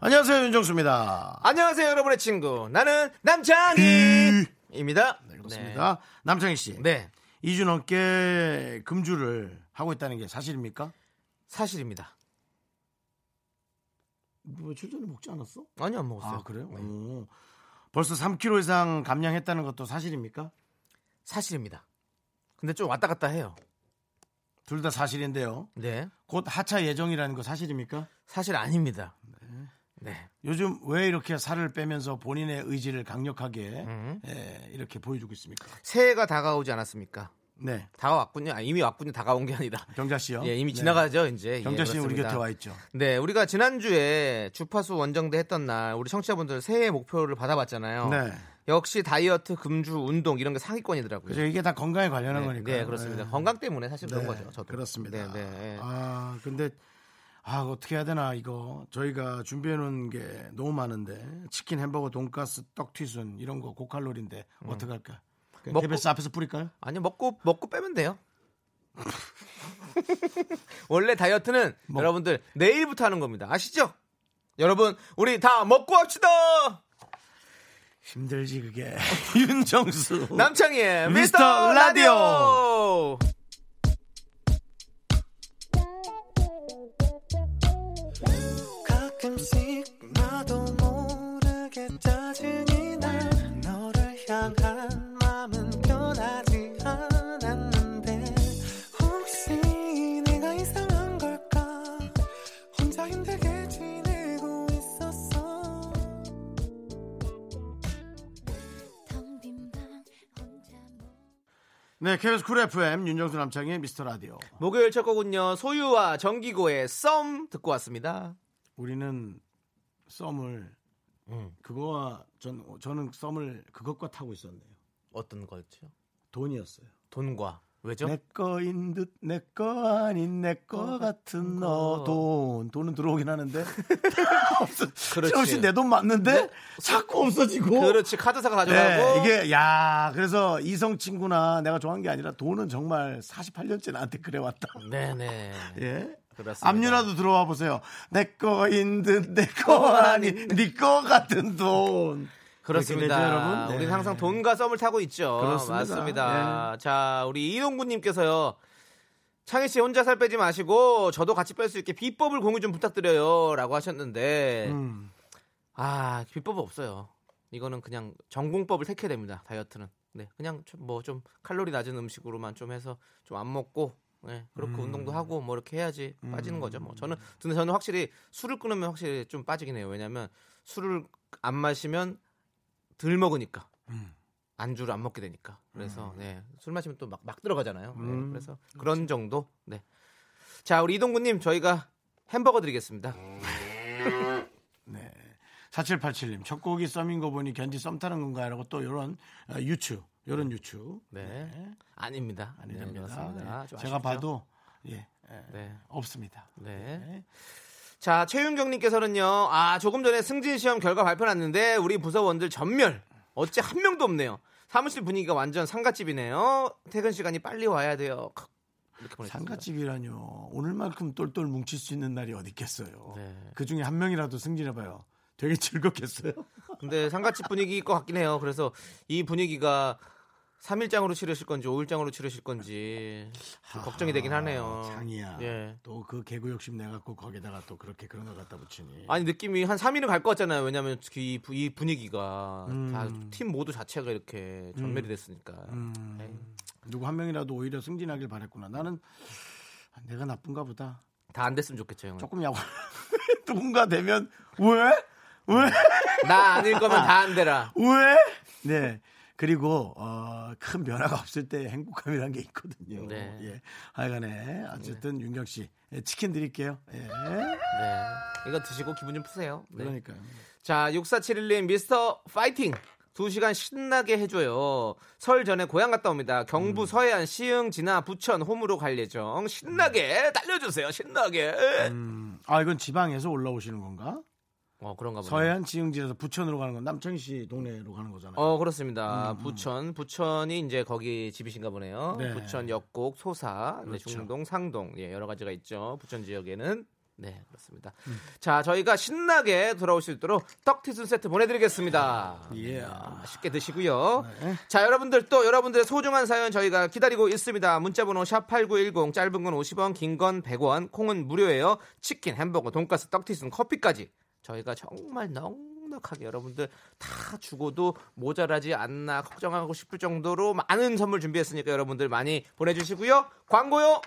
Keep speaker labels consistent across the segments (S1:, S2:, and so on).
S1: 안녕하세요 윤정수입니다.
S2: 안녕하세요, 여러분의 친구. 나는
S1: 네,
S2: 남창희입니다.
S1: 그렇습니다. 남창희 씨,
S2: 네.
S1: 네.
S2: 네,
S1: 2주 넘게 금주를 하고 있다는 게 사실입니까?
S2: 사실입니다. 뭐,
S1: 며칠 전에 먹지 않았어?
S2: 아니요, 안 먹었어요.
S1: 아 그래요?
S2: 네,
S1: 오. 벌써 3kg 이상 감량했다는 것도 사실입니까?
S2: 사실입니다. 근데 좀 왔다 갔다 해요.
S1: 둘 다 사실인데요.
S2: 네.
S1: 곧 하차 예정이라는 거 사실입니까?
S2: 사실 아닙니다. 네.
S1: 요즘 왜 이렇게 살을 빼면서 본인의 의지를 강력하게
S2: 음.
S1: 예, 이렇게 보여주고 있습니까?
S2: 새해가 다가오지 않았습니까?
S1: 네,
S2: 다가왔군요. 아, 이미 왔군요. 다가온 게 아니다.
S1: 경자 씨요.
S2: 예, 이미
S1: 네.
S2: 지나가죠, 이제.
S1: 경자
S2: 예,
S1: 씨는 우리
S2: 그렇습니다.
S1: 곁에 와 있죠.
S2: 네, 우리가 지난주에 주파수 원정대 했던 날 우리 청취자분들 새해 목표를 받아봤잖아요.
S1: 네.
S2: 역시 다이어트, 금주, 운동 이런 게 상위권이더라고요.
S1: 그죠? 이게 다 건강에 관련한 예.
S2: 네,
S1: 거니까.
S2: 네, 그렇습니다. 건강 때문에 사실 그런
S1: 네,
S2: 거죠. 저도.
S1: 그렇습니다.
S2: 네, 네, 네.
S1: 아 근데 아 어떻게 해야 되나 이거 저희가 준비해 놓은 게 너무 많은데 치킨, 햄버거, 돈가스, 떡튀순 이런 거 고칼로리인데 어떻게 할까?
S2: 음. 먹고-
S1: KBS 앞에서 뿌릴까요?
S2: 아니요, 먹고 먹고 빼면 돼요. 원래 다이어트는
S1: 먹-
S2: 여러분들 내일부터 하는 겁니다. 아시죠? 여러분, 우리 다 먹고 합시다.
S1: 힘들지 그게 윤정수
S2: 남창희의
S1: 미스터
S2: 미스터
S1: 라디오.
S2: 라디오.
S3: 가끔씩 나도 모르게 짜증이 날 너를 향한 마음은 변하지 않았는데 혹시 내가 이상한 걸까 혼자 힘들게 지내고 있었어
S1: 네 KBS 쿨 FM 윤정수 남창의 미스터 라디오
S2: 목요일 첫 곡은요 소유와 정기고의 썸 듣고 왔습니다.
S1: 우리는 썸을
S2: 음.
S1: 그거와 전 저는 썸을 그것과 타고 있었네요
S2: 어떤 거였죠?
S1: 돈이었어요
S2: 돈과 왜죠?
S1: 내 거인 듯내거 아닌 내 거 같은 너 돈 돈은 들어오긴 하는데
S2: 그렇지. 네?
S1: 정신 내 돈 맞는데 자꾸 없어지고
S2: 그렇지 카드사가
S1: 네,
S2: 가져가고
S1: 이게 야 그래서 이성 친구나 내가 좋아한 게 아니라 돈은 정말 48년째 나한테 그래 왔다
S2: 네네
S1: 예.
S2: 그렇습니다.
S1: 압류라도 들어와 보세요. 내 거인 듯, 내 거 아닌, 네 니거 같은 돈. 그렇게
S2: 그렇습니다.
S1: 되죠, 여러분? 네.
S2: 우리는 항상 돈과 썸을 타고 있죠.
S1: 그렇습니다. 네.
S2: 맞습니다. 자 우리 이동구님께서요. 창희 씨 혼자 살 빼지 마시고 저도 같이 뺄 수 있게 비법을 공유 좀 부탁드려요라고 하셨는데
S1: 음,
S2: 아 비법 없어요. 이거는 그냥 전공법을 택해야 됩니다. 다이어트는. 네, 그냥 뭐 좀 칼로리 낮은 음식으로만 좀 해서 좀 안 먹고, 네, 그렇게 운동도 하고 뭐 이렇게 해야지 빠지는 거죠. 뭐 저는 근데 저는 확실히 술을 끊으면 확실히 좀 빠지긴 해요. 왜냐하면 술을 안 마시면 덜 먹으니까 안주를 안 먹게 되니까. 그래서 네, 술 마시면 또 막 막 들어가잖아요. 네, 그래서 그런 정도. 네, 자 우리 이동구님 저희가 햄버거 드리겠습니다.
S1: 네. 4787님, 첫 곡이 썸인 거 보니 견디 썸 타는 건가요? 라고 또 요런 어, 유추, 요런 유추.
S2: 네, 아닙니다.
S1: 아니
S2: 네,
S1: 됩니다.
S2: 그렇습니다.
S1: 네.
S2: 좀
S1: 제가
S2: 아쉽죠?
S1: 봐도, 예, 예,
S2: 네.
S1: 없습니다.
S2: 네. 자, 최윤경님께서는요, 아, 조금 전에 승진 시험 결과 발표 났는데, 우리 부서원들 전멸. 어째 한 명도 없네요. 사무실 분위기가 완전 상가집이네요. 퇴근 시간이 빨리 와야 돼요. 크. 이렇게 보내주셨습니다.
S1: 상가집이라뇨. 오늘만큼 똘똘 뭉칠 수 있는 날이 어디 있겠어요.
S2: 네.
S1: 그 중에 한 명이라도 승진해봐요. 되게 즐겁겠어요.
S2: 근데 상가집 분위기일 것 같긴 해요. 그래서 이 분위기가 3일장으로 치르실 건지 5일장으로 치르실 건지 좀 걱정이 되긴 하네요.
S1: 아, 장이야.
S2: 예.
S1: 또 그 개구 욕심 내갖고 거기다가 또 그렇게 그런 걸 갖다 붙이니.
S2: 아니 느낌이 한 3일은 갈 것 같잖아요. 왜냐하면 그 이, 부- 이 분위기가 다
S1: 음.
S2: 팀 모두 자체가 이렇게 전멸이 됐으니까. 네. 에이.
S1: 누구 한 명이라도 오히려 승진하길 바랬구나. 나는 아, 내가 나쁜가 보다.
S2: 다 안 됐으면 좋겠죠, 형은.
S1: 조금 야구. 누군가 되면 왜? 왜?
S2: 나 아닐 거면 다 안 되라.
S1: 왜? 네. 그리고 어, 큰 변화가 없을 때 행복함이라는 게 있거든요.
S2: 네.
S1: 예. 하여간에 어쨌든 윤경 씨 예, 치킨 드릴게요. 예.
S2: 네. 이거 드시고 기분 좀 푸세요. 네.
S1: 그러니까요.
S2: 자, 6471님 미스터 파이팅. 두시간 신나게 해줘요. 설 전에 고향 갔다 옵니다.
S1: 음.
S2: 경부 서해안 시흥 진화 부천 홈으로 갈 예정. 신나게 달려주세요. 신나게.
S1: 음, 아 이건 지방에서 올라오시는 건가?
S2: 어 그런가 보네요.
S1: 서해안 지흥지에서 부천으로 가는 건 남창희 씨 동네로 가는 거잖아요. 음,
S2: 어 그렇습니다. 부천 부천이 이제 거기 집이신가 보네요.
S1: 네.
S2: 부천 역곡 소사 네,
S1: 그렇죠.
S2: 중동 상동 예, 여러 가지가 있죠. 부천 지역에는 네 그렇습니다.
S1: 음.
S2: 자 저희가 신나게 돌아올 수 있도록 떡튀순 세트 보내드리겠습니다. 음,
S1: 예.
S2: 맛있게 드시고요.
S1: 네.
S2: 자 여러분들 또 여러분들의 소중한 사연 저희가 기다리고 있습니다. 문자번호 샵8910 짧은 건 50원 긴 건 100원 콩은 무료예요. 치킨 햄버거 돈가스 떡튀순 커피까지 저희가 정말 넉넉하게 여러분들 다 주고도 모자라지 않나 걱정하고 싶을 정도로 많은 선물 준비했으니까 여러분들 많이 보내주시고요. 광고요.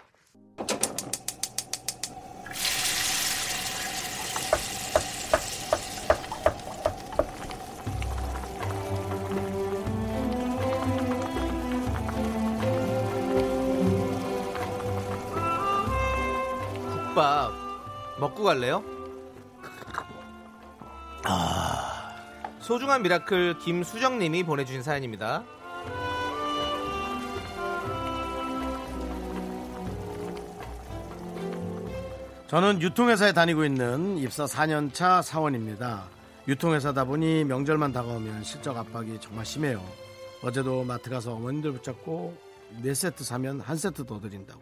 S2: 국밥 먹고 갈래요? 아, 소중한 미라클 김수정님이 보내주신 사연입니다.
S1: 저는 유통회사에 다니고 있는 입사 4년차 사원입니다. 유통회사다 보니 명절만 다가오면 실적 압박이 정말 심해요. 어제도 마트 가서 어머님들 붙잡고 네 세트 사면 한 세트 더 드린다고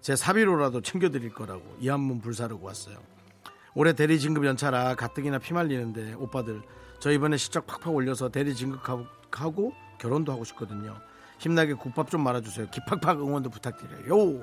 S1: 제 사비로라도 챙겨드릴 거라고 이 한문 불사르고 왔어요. 올해 대리 진급 연차라 가뜩이나 피말리는데 오빠들 저 이번에 실적 팍팍 올려서 대리 진급하고 결혼도 하고 싶거든요. 힘나게 국밥 좀 말아주세요. 기팍팍 응원도 부탁드려요.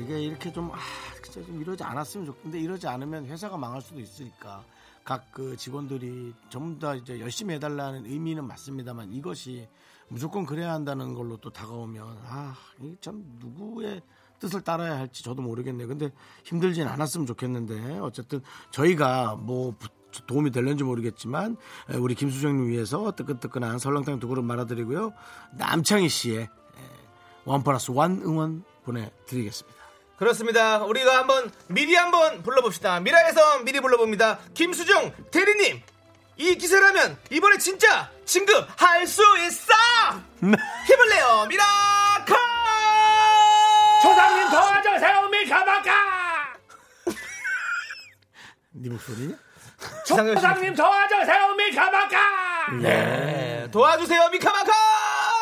S1: 이게 이렇게 좀, 아, 진짜 좀 이러지 않았으면 좋겠는데 이러지 않으면 회사가 망할 수도 있으니까 각 그 직원들이 전부 다 이제 열심히 해달라는 의미는 맞습니다만 이것이 무조건 그래야 한다는 걸로 또 다가오면 아, 이 참 누구의 뜻을 따라야 할지 저도 모르겠네요. 근데 힘들진 않았으면 좋겠는데 어쨌든 저희가 뭐 부- 도움이 될는지 모르겠지만 에, 우리 김수정님 위해서 뜨끈뜨끈한 설렁탕 두 그릇 말아드리고요. 남창희 씨의 원 플러스 원 응원 보내드리겠습니다.
S2: 그렇습니다. 우리가 한번 미리 한번 불러봅시다. 미라에서 미리 불러봅니다. 김수정 대리님 이 기세라면 이번에 진짜 진급 할 수 있어. 힘을 내요 미라카.
S4: 조상님 도와줘 세움이 가방가
S1: 네 목소리냐?
S4: 조상님 도와줘 세움이 가방가
S2: 네, 도와주세요 미카마카.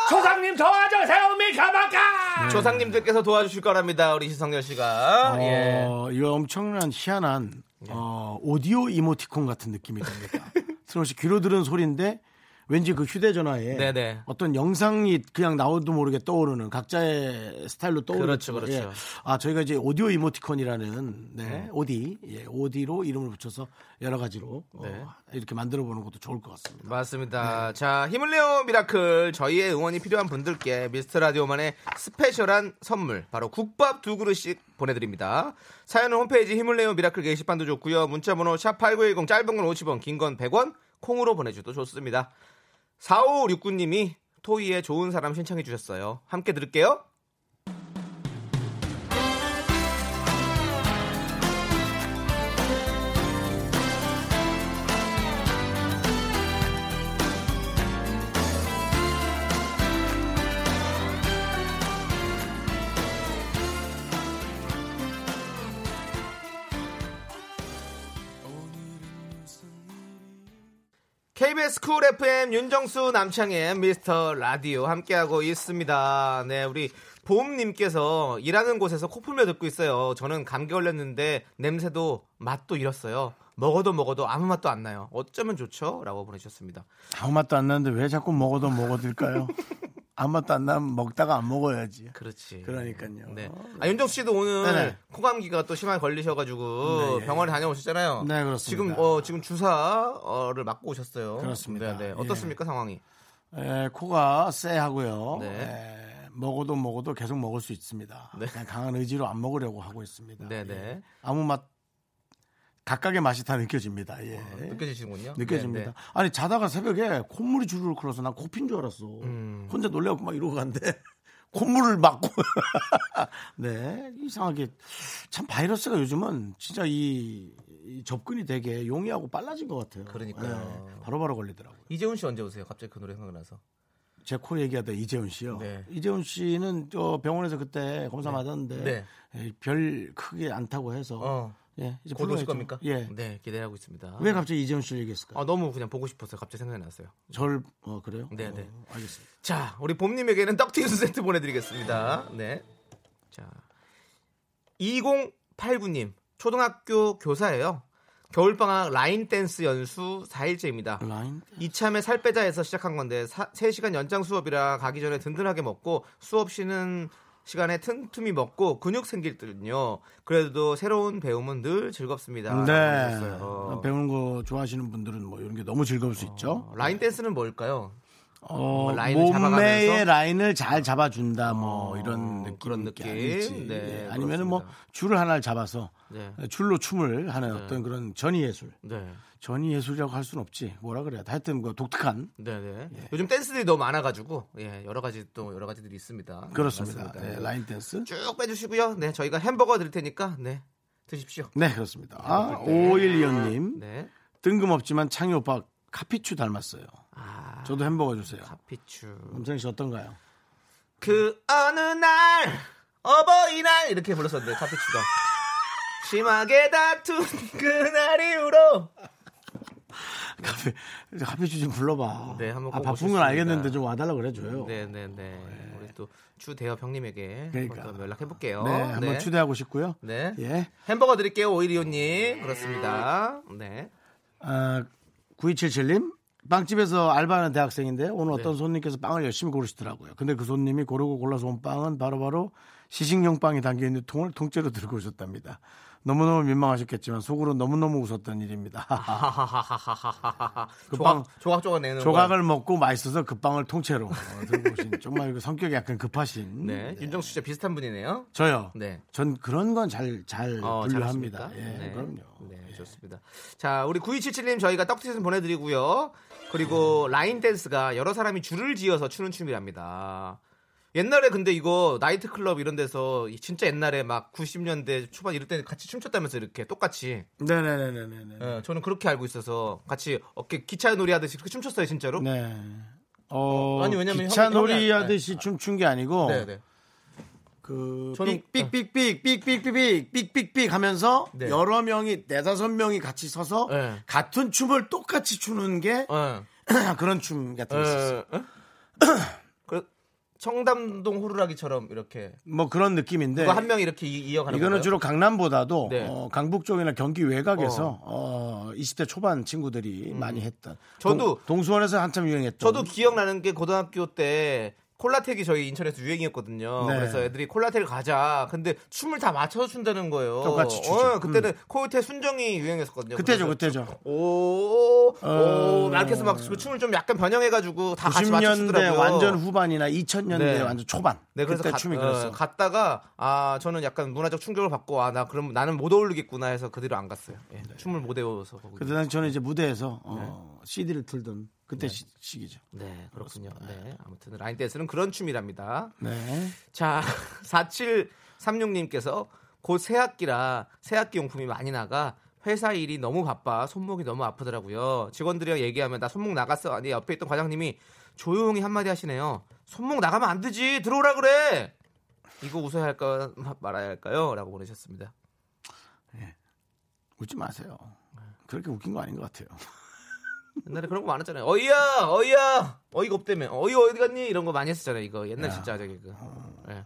S4: 조상님 도와줘 세움이 가방가
S2: 음. 조상님들께서 도와주실 거랍니다. 우리 시성열 씨가. 예.
S1: 어, 이거 엄청난 희한한 어, 오디오 이모티콘 같은 느낌이 듭니다. 승호 씨 귀로 들은 소리인데 왠지 그 휴대전화에
S2: 네네.
S1: 어떤 영상이 그냥 나오도 모르게 떠오르는 각자의 스타일로 떠오르는
S2: 그렇죠, 그렇죠.
S1: 예. 아 저희가 이제 오디오 이모티콘이라는 네, 오디 예, 오디로 이름을 붙여서 여러 가지로 어,
S2: 네.
S1: 이렇게 만들어 보는 것도 좋을 것 같습니다.
S2: 맞습니다.
S4: 네.
S2: 자, 힘을 내요 미라클. 저희의 응원이 필요한 분들께 미스터 라디오만의 스페셜한 선물, 바로 국밥 두 그릇씩 보내드립니다. 사연은 홈페이지 힘을 내요 미라클 게시판도 좋고요. 문자번호 샵8910 짧은 건 50원, 긴 건 100원, 콩으로 보내주도 좋습니다. 4569님이 토이의 좋은 사람 신청해 주셨어요. 함께 들을게요. KBS 쿨 FM 윤정수 남창의 미스터 라디오 함께하고 있습니다. 네, 우리 봄님께서 일하는 곳에서 코풀며 듣고 있어요. 저는 감기 걸렸는데 냄새도 맛도 잃었어요. 먹어도 먹어도 아무 맛도 안 나요. 어쩌면 좋죠? 라고 보내주셨습니다.
S1: 아무 맛도 안 나는데 왜 자꾸 먹어도 먹어들까요? 아무 맛도 안 나면 먹다가 안 먹어야지.
S2: 그렇지.
S1: 그러니까요.
S2: 네. 아, 윤정수 씨도 오늘
S1: 네네.
S2: 코감기가 또 심하게 걸리셔가지고
S1: 네, 예.
S2: 병원에 다녀오셨잖아요.
S1: 네, 그렇습니다.
S2: 지금, 어, 지금 주사를 맞고 오셨어요.
S1: 그렇습니다.
S2: 네, 네.
S1: 예.
S2: 어떻습니까, 상황이?
S1: 에, 코가 쎄하고요.
S2: 네.
S1: 에, 먹어도 먹어도 계속 먹을 수 있습니다.
S2: 네.
S1: 예. 그냥 강한 의지로 안 먹으려고 하고 있습니다.
S2: 네네.
S1: 예. 아무 맛 각각의 맛이 다 느껴집니다. 예.
S2: 어, 느껴지시군요. 네,
S1: 느껴집니다. 아니 자다가 새벽에 콧물이 줄줄 흘러서 난 코피인 줄 알았어.
S2: 음.
S1: 혼자 놀래갖고 막 이러고 간데 콧물을 막고 네 이상하게 참 바이러스가 요즘은 진짜 이, 이 접근이 되게 용이하고 빨라진 것 같아요.
S2: 그러니까요.
S1: 네, 바로바로 걸리더라고요.
S2: 이재훈 씨 언제 오세요? 갑자기 그 노래 생각나서.
S1: 제 코 얘기하다 이재훈 씨요.
S2: 네.
S1: 이재훈 씨는 저 병원에서 그때 검사 맞았는데
S2: 네.
S1: 예, 별 크게 않다고 해서
S2: 어.
S1: 예, 이제
S2: 곧
S1: 불러야죠.
S2: 오실 겁니까?
S1: 예.
S2: 네, 기대하고 있습니다.
S1: 왜 갑자기 이재훈 씨를 얘기했을까요?
S2: 아, 너무 그냥 보고 싶었어요. 갑자기 생각이 났어요.
S1: 절 어, 그래요?
S2: 네,
S1: 어,
S2: 네.
S1: 알겠습니다.
S2: 자, 우리 봄님에게는 떡튀순 세트 보내드리겠습니다. 네. 자, 2089님 초등학교 교사예요. 겨울방학 라인 댄스 연수 4일째입니다.
S1: 라인
S2: 이참에 살 빼자 해서 시작한 건데 사, 3시간 연장 수업이라 가기 전에 든든하게 먹고 수업 쉬는 시간에 틈틈이 먹고 근육 생길 때는요. 그래도 새로운 배움은 늘 즐겁습니다.
S1: 네.
S2: 그러셨어요.
S1: 배우는 거 좋아하시는 분들은 뭐 이런 게 너무 즐거울 수 있죠.
S2: 라인 댄스는 뭘까요?
S1: 어,
S2: 라인을 잡아가면서? 어,
S1: 몸매의 라인을 잘 잡아준다, 뭐 이런 느낌.
S2: 그런 느낌. 네,
S1: 아니면은 뭐
S2: 그렇습니다.
S1: 줄을 하나를 잡아서
S2: 네.
S1: 줄로 춤을 하는 어떤 그런 전이 예술.
S2: 네.
S1: 전이 예술이라고 할 수는 없지. 뭐라 그래야 돼. 하여튼 그 독특한.
S2: 네네.
S1: 예.
S2: 요즘 댄스들이 너무 많아가지고 예, 여러 가지 또 여러 가지들이 있습니다. 네,
S1: 그렇습니다.
S2: 맞습니다.
S1: 네,
S2: 네.
S1: 라인 댄스.
S2: 쭉 빼주시고요. 네, 저희가 햄버거 드릴 테니까 네 드십시오.
S1: 네, 그렇습니다. 아,
S2: 네.
S1: 5125님.
S2: 네.
S1: 뜬금없지만 창희 오빠 카피추 닮았어요.
S2: 아,
S1: 저도 햄버거 주세요.
S2: 카피추.
S1: 남창희 씨 어떤가요?
S2: 그 어느 날 어버이날 이렇게 불렀었는데 카피추가 심하게 다툰 그날 이후로
S1: 카페 카페주 좀 불러봐.
S2: 네, 한번
S1: 아, 바쁜
S2: 꼭
S1: 건
S2: 모셨습니다.
S1: 알겠는데 좀 와달라 그래줘요. 네,
S2: 네네네. 우리 또 추대엽 형님에게
S1: 그러니까.
S2: 한번 또 연락해볼게요.
S1: 한번 초대하고 싶고요.
S2: 네.
S1: 예,
S2: 햄버거 드릴게요 오일이오님 그렇습니다. 네.
S1: 아, 9277님 빵집에서 알바하는 대학생인데 오늘
S2: 네.
S1: 어떤 손님께서 빵을 열심히 고르시더라고요. 근데 그 손님이 고르고 골라서 온 빵은 바로바로 시식용 빵이 담겨 있는 통을 통째로 들고 오셨답니다. 너무너무 민망하셨겠지만 속으로 너무너무 웃었던 일입니다.
S2: 하하하하하하하.
S1: 그
S2: 조각
S1: 빵-
S2: 조각 조각 내는
S1: 조각을 먹고 맛있어서 그 빵을 통째로 어, 들고 오신 정말 그 성격이 약간 급하신
S2: 네. 윤정수 씨 비슷한 분이네요.
S1: 저요.
S2: 네.
S1: 전 그런 건 잘 잘
S2: 어,
S1: 분류합니다.
S2: 잘하십니까?
S1: 예,
S2: 네.
S1: 그럼요.
S2: 네, 좋습니다. 자, 우리 9277님 저희가 떡티즌 보내드리고요. 그리고
S1: 네.
S2: 라인 댄스가 여러 사람이 줄을 지어서 추는 춤이랍니다. 옛날에 근데 이거 나이트클럽 이런 데서 진짜 옛날에 막 90년대 초반 이럴 때 같이 춤췄다면서 이렇게 똑같이.
S1: 네네네네네. 네.
S2: 예, 저는 그렇게 알고 있어서 같이 어깨 기차 놀이 하듯이 그렇게 춤췄어요, 진짜로.
S1: 네. 어,
S2: 아니, 왜냐면
S1: 기차
S2: 형이- 형이
S1: 놀이
S2: 안-
S1: 하듯이 춤춘 게 아니고
S2: 네, 네.
S1: 그
S2: 저는-
S1: 삑삑삑삑삑삑삑삑삑삑삑 하면서
S2: 네.
S1: 여러 명이 네다섯 명이 같이 서서
S2: 네.
S1: 같은 춤을 똑같이 추는 게
S2: 예.
S1: 그런 춤 같은
S2: 네.
S1: 게 있었어요.
S2: 에? 그 청담동 호루라기처럼 이렇게
S1: 뭐 그런 느낌인데
S2: 누가 한 명이 이렇게 이, 어가는
S1: 이거는 주로 강남보다도
S2: 네.
S1: 어, 강북 쪽이나 경기 외곽에서 어, 20대 초반 친구들이 많이 했던
S2: 음. 저도-
S1: 동, 수원에서 한참 유행했던
S2: 저도 기억나는 게 고등학교 때 콜라텍이 저희 인천에서 유행이었거든요.
S1: 네.
S2: 그래서 애들이 콜라텍 가자. 근데 춤을 다 맞춰서 춘다는 거예요.
S1: 똑같이 추죠. 음.
S2: 어, 그때는 코요태 순정이 유행했었거든요.
S1: 그때죠
S2: 그래서
S1: 그때죠
S2: 오,
S1: 어.
S2: 오, 막 이렇게 해서 막그 춤을 좀 약간 변형해가지고 다 아, 같이
S1: 90년대
S2: 맞춰주더라고요.
S1: 완전 후반이나 2000년대
S2: 네.
S1: 완전 초반.
S2: 네, 그래서
S1: 그때
S2: 가-
S1: 춤이
S2: 어,
S1: 그랬어. 요
S2: 갔다가 아 저는 약간 문화적 충격을 받고 아 나 그럼 나는 못 어울리겠구나 해서 그대로 안 갔어요. 예, 춤을 못 외워서. 거기.
S1: 네. 그때 당시 저는 이제 무대에서 어, CD를 틀던 그때 시, 시기죠.
S2: 네 그렇군요. 네 아무튼 라인 댄스는 그런 춤이랍니다.
S1: 네.
S2: 자 4736님께서 곧 새학기라 새학기 용품이 많이 나가 회사 일이 너무 바빠 손목이 너무 아프더라고요. 직원들이랑 얘기하면 나 손목 나갔어. 아니 옆에 있던 과장님이 조용히 한마디 하시네요. 손목 나가면 안 되지 들어오라 그래. 이거 웃어야 할까 말아야 할까요? 라고 보내셨습니다.
S1: 웃지 마세요. 그렇게 웃긴 거 아닌 것 같아요.
S2: 옛날에 그런 거 많았잖아요. 어이야, 어이야, 어이가 없다며. 어이 어디 갔니? 이런 거 많이 했었잖아요. 이거 옛날 진짜 아재 개그. 예.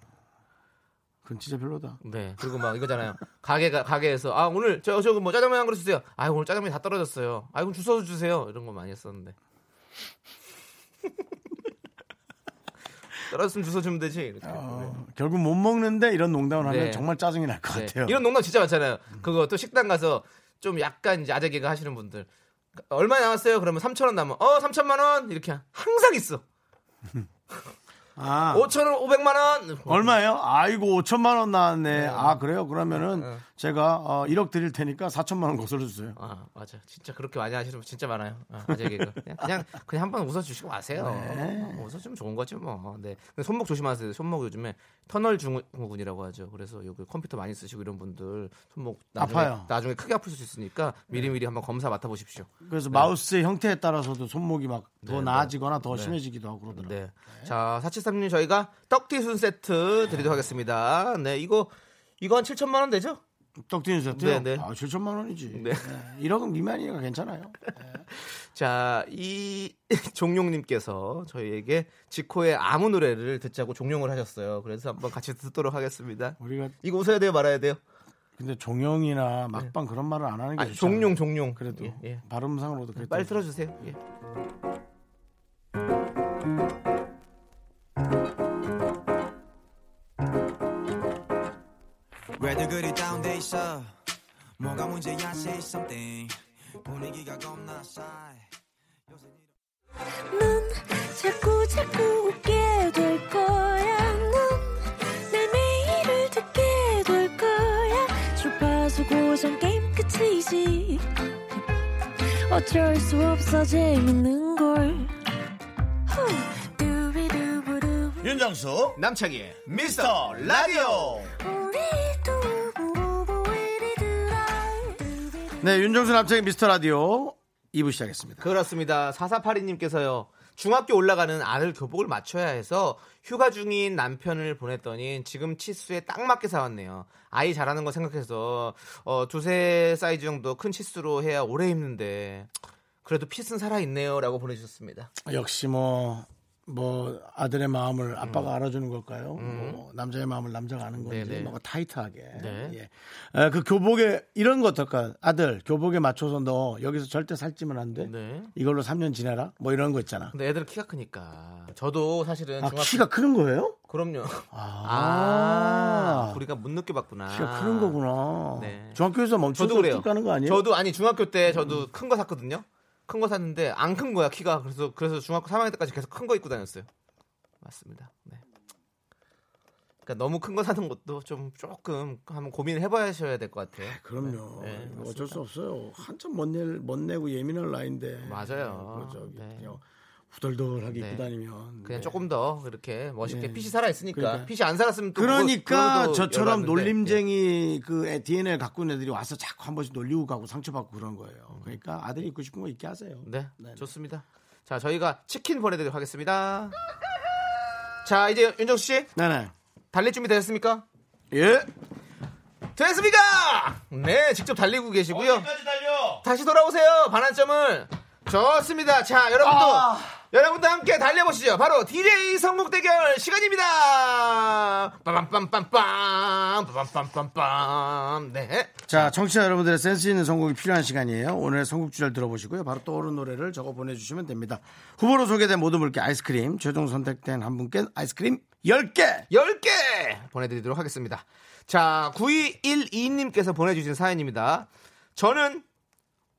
S1: 그건 진짜 별로다.
S2: 네. 그리고 막 이거잖아요. 가게가 가게에서 아 오늘 저 저거 뭐 짜장면 한 그릇 주세요. 아 오늘 짜장면 이다 떨어졌어요. 아 이거 주워 주세요. 이런 거 많이 했었는데. 떨어졌으면 주워 주면 되지. 이렇게.
S1: 어, 결국 못 먹는데 이런 농담을 하면
S2: 네.
S1: 정말 짜증이 날 것
S2: 네.
S1: 같아요.
S2: 이런 농담 진짜 많잖아요. 그거 또 식당 가서 좀 약간 이제 아재 개그 하시는 분들 얼마 남았어요? 그러면 3천 원 남아. 어 3천만 원 이렇게 항상 있어.
S1: 아,
S2: 5천 원 5백만 원. 네.
S1: 얼마예요? 아이고 5천만 원 나왔네. 아 그래요? 그러면은 제가 어, 1억 드릴 테니까 4천만 원 거슬러 주세요.
S2: 아 맞아 진짜 그렇게 많이 하시는 분 진짜 많아요 아, 아재 개그 그냥 그냥, 그냥 한번 웃어주시고 마세요
S1: 네.
S2: 어, 웃어주면 좋은 거지 뭐네 손목 조심하세요 손목 요즘에 터널 증후군이라고 하죠 그래서 여기 컴퓨터 많이 쓰시고 이런 분들 손목 나중에,
S1: 아파요. 네.
S2: 나중에 크게 아플 수 있으니까 미리미리 한번 검사 맡아보십시오
S1: 그래서 마우스의 형태에 따라서도 손목이 막 더
S2: 네,
S1: 나아지거나 더
S2: 네.
S1: 심해지기도 하고 그러더라고요.
S2: 네. 자, 4736 저희가 떡튀순 세트 드리도록 하겠습니다. 네, 이거 이건 7천만 원 되죠?
S1: 떡튀는 세트요?
S2: 네, 네.
S1: 아, 7천만 원이지.
S2: 네.
S1: 네. 1억 미만이니까 괜찮아요. 네.
S2: 자, 이 종룡님께서 저희에게 지코의 아무 노래를 듣자고 종룡을 하셨어요. 그래서 한번 같이 듣도록 하겠습니다.
S1: 우리가
S2: 이거 웃어야 돼요, 말아야 돼요?
S1: 근데 종영이나 막방 그런 말을 안 하는 게
S2: 아,
S1: 좋잖아요.
S2: 종룡, 종룡.
S1: 그래도
S2: 예, 예.
S1: 발음상으로도 그렇죠. 그래도
S2: 빨리 틀어주세요. 예.
S5: 왜들 그리 다운돼 있어 뭐가 문제야 say something 분위기가 겁나 싸해
S6: 넌 자꾸 자꾸 웃게 될 거야. 넌내 매일을 듣게 될 거야. 주파수 고정 게임 끝이지. 어쩔 수 없어 재밌는 걸. 후. 두비두부두.
S7: 윤정수
S2: 남창희의
S7: 미스터 라디오
S6: 우리 두부부부 우리들아. 두비두부.
S1: 네, 윤정수 남창의 미스터 라디오 2부 시작했습니다.
S2: 그렇습니다. 4482님께서요. 중학교 올라가는 아들 교복을 맞춰야 해서 휴가 중인 남편을 보냈더니 지금 치수에 딱 맞게 사왔네요. 아이 잘하는 거 생각해서 어, 두세 사이즈 정도 큰 치수로 해야 오래 입는데 그래도 핏은 살아있네요. 라고 보내주셨습니다.
S1: 역시 뭐, 뭐 아들의 마음을 아빠가 알아주는 걸까요? 뭐 남자의 마음을 남자가 아는 건지
S2: 네네.
S1: 뭔가 타이트하게.
S2: 네.
S1: 예. 에, 그 교복에 이런 거 어떨까? 아들 교복에 맞춰서 너 여기서 절대 살찌면 안 돼.
S2: 네.
S1: 이걸로 3년 지내라. 뭐 이런 거 있잖아.
S2: 근데 애들은 키가 크니까 저도 사실은
S1: 아
S2: 중학교
S1: 키가 크는 거예요?
S2: 그럼요.
S1: 아,
S2: 아, 우리가 못 느껴봤구나.
S1: 키가 크는 거구나.
S2: 아, 네.
S1: 중학교에서 멈춰서
S2: 저도 그래요.
S1: 쭉 가는 거 아니에요?
S2: 저도 아니 중학교 때 저도 큰 거 샀거든요. 큰 거 샀는데 안 큰 거야 키가 그래서 그래서 중학교 3학년 때까지 계속 큰 거 입고 다녔어요. 맞습니다. 네. 그러니까 너무 큰 거 사는 것도 좀 조금 한번 고민을 해봐야 될 것 같아요.
S1: 그럼요.
S2: 네, 네,
S1: 이거 어쩔 수 없어요. 한참 못, 내, 못 내고 예민할 나인데.
S2: 맞아요.
S1: 저기
S2: 네.
S1: 그냥 후덜덜하게
S2: 네.
S1: 입고 다니면 네.
S2: 그냥 조금 더 이렇게 멋있게
S1: 네.
S2: 핏이 살아 있으니까
S1: 그러니까.
S2: 핏이 안 살았으면 또 그거-
S1: 그러니까
S2: 그거도
S1: 저처럼
S2: 열받는데. 네.
S1: 놀림쟁이 그 DNA를 갖고 있는 애들이 와서 자꾸 한 번씩 놀리고 가고 상처받고 그런 거예요. 그러니까 아들이 입고 싶은 거 입게 하세요.
S2: 네,
S1: 네, 네.
S2: 좋습니다. 자, 저희가 치킨 보내드리도록 하겠습니다. 자, 이제 윤정수 씨
S1: 네네.
S2: 달릴 준비 되셨습니까?
S1: 예.
S2: 됐습니까? 네, 직접 달리고 계시고요. 다시 돌아오세요. 반환점을 좋습니다. 자, 여러분도 여러분도 함께 달려보시죠. 바로 DJ 성국 대결 시간입니다. 빰빰빰빰빰 빰빰빰빰. 네.
S1: 자, 청취자 여러분들의 센스 있는 선곡이 필요한 시간이에요. 오늘의 선곡 주제를 들어보시고요. 바로 떠오른 노래를 적어 보내주시면 됩니다. 후보로 소개된 모든 분께 아이스크림, 최종 선택된 한 분께 아이스크림 10개!
S2: 10개 보내드리도록 하겠습니다. 자, 9212님께서 보내주신 사연입니다. 저는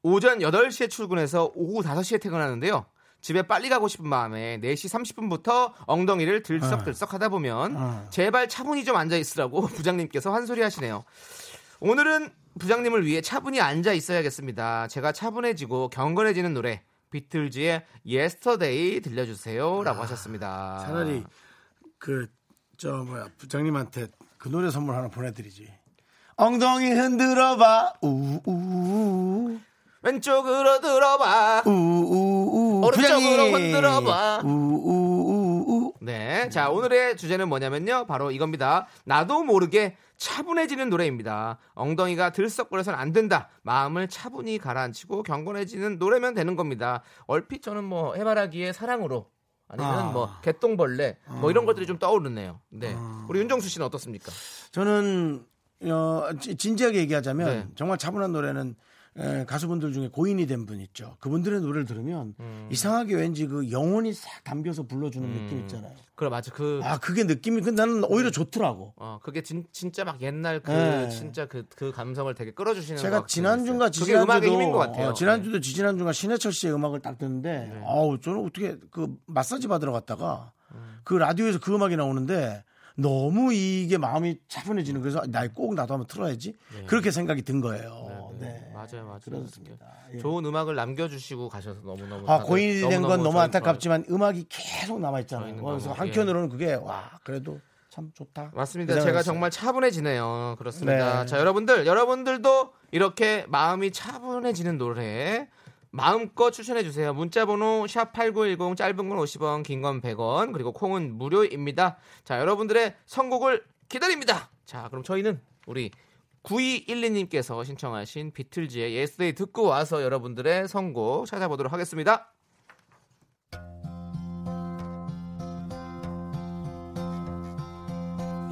S2: 오전 8시에 출근해서 오후 5시에 퇴근하는데요. 집에 빨리 가고 싶은 마음에 4시 30분부터 엉덩이를
S1: 네.
S2: 들썩들썩 하다 보면 제발 차분히 좀 앉아 있으라고 부장님께서 환소리 하시네요. 오늘은 부장님을 위해 차분히 앉아 있어야겠습니다. 제가 차분해지고 경건해지는 노래 비틀즈의 Yesterday 들려주세요라고 하셨습니다.
S1: 아, 차라리
S2: 아.
S1: 그, 저, 뭐야, 부장님한테 그 노래 선물 하나 보내드리지. 엉덩이 흔들어봐, 우우우.
S2: 왼쪽으로 들어봐.
S1: 우우우.
S2: 오른쪽으로
S1: 부장님.
S2: 흔들어봐.
S1: 우우우우.
S2: 네. 자, 오늘의 주제는 뭐냐면요. 바로 이겁니다. 나도 모르게 차분해지는 노래입니다. 엉덩이가 들썩거려서는 안 된다. 마음을 차분히 가라앉히고 경건해지는 노래면 되는 겁니다. 얼핏 저는 뭐 해바라기의 사랑으로 아니면
S1: 아.
S2: 뭐 개똥벌레 뭐 이런 것들이 좀 떠오르네요. 네.
S1: 아.
S2: 우리 윤정수 씨는 어떻습니까?
S1: 저는 어, 지- 진지하게 얘기하자면
S2: 네.
S1: 정말 차분한 노래는 에, 가수분들 중에 고인이 된 분 있죠. 그분들의 노래를 들으면
S2: 음.
S1: 이상하게 왠지 그 영혼이 싹 담겨서 불러주는 느낌 있잖아요.
S2: 그래 맞아. 음. 그
S1: 아 그게 느낌이 그 나는 오히려 좋더라고.
S2: 어, 그게 진, 진짜 막 옛날 그
S1: 네.
S2: 진짜 그 그 감성을 되게 끌어주시는 것
S1: 제가
S2: 같긴
S1: 지난주인가
S2: 했어요. 네, 그게
S1: 지난주도
S2: 음악의 힘인 것 같아요. 네.
S1: 어, 지난주도 지지난주가 신해철 씨의 음악을 딱 듣는데
S2: 음.
S1: 아우 저는 어떻게 그 마사지 받으러 갔다가 그 라디오에서 그 음악이 나오는데 너무 이게 마음이 차분해지는 거예서 나꼭 나도 한번 틀어야지
S2: 네.
S1: 그렇게 생각이 든 거예요. 네,
S2: 맞아요, 맞아요.
S1: 그렇습니다. 예.
S2: 좋은 음악을 남겨주시고 가셔서 너무너무
S1: 아
S2: 다들
S1: 고인이 된 건
S2: 너무너무
S1: 너무
S2: 저희-
S1: 안타깝지만 음악이 계속 남아 있잖아요.
S2: 저희는 예.
S1: 그래서
S2: 너무,
S1: 한켠으로는 그게 와 그래도 참 좋다.
S2: 맞습니다.
S1: 그
S2: 제가
S1: 생각이
S2: 정말 차분해지네요. 그렇습니다.
S1: 네.
S2: 자, 여러분들, 여러분들도 이렇게 마음이 차분해지는 노래 마음껏 추천해 주세요. 문자 번호 샵8910 짧은 건 50원, 긴 건 100원, 그리고 콩은 무료입니다. 자, 여러분들의 선곡을 기다립니다. 자, 그럼 저희는 우리 9212님께서 신청하신 비틀즈의 예스데이 듣고 와서 여러분들의 선곡 찾아보도록 하겠습니다.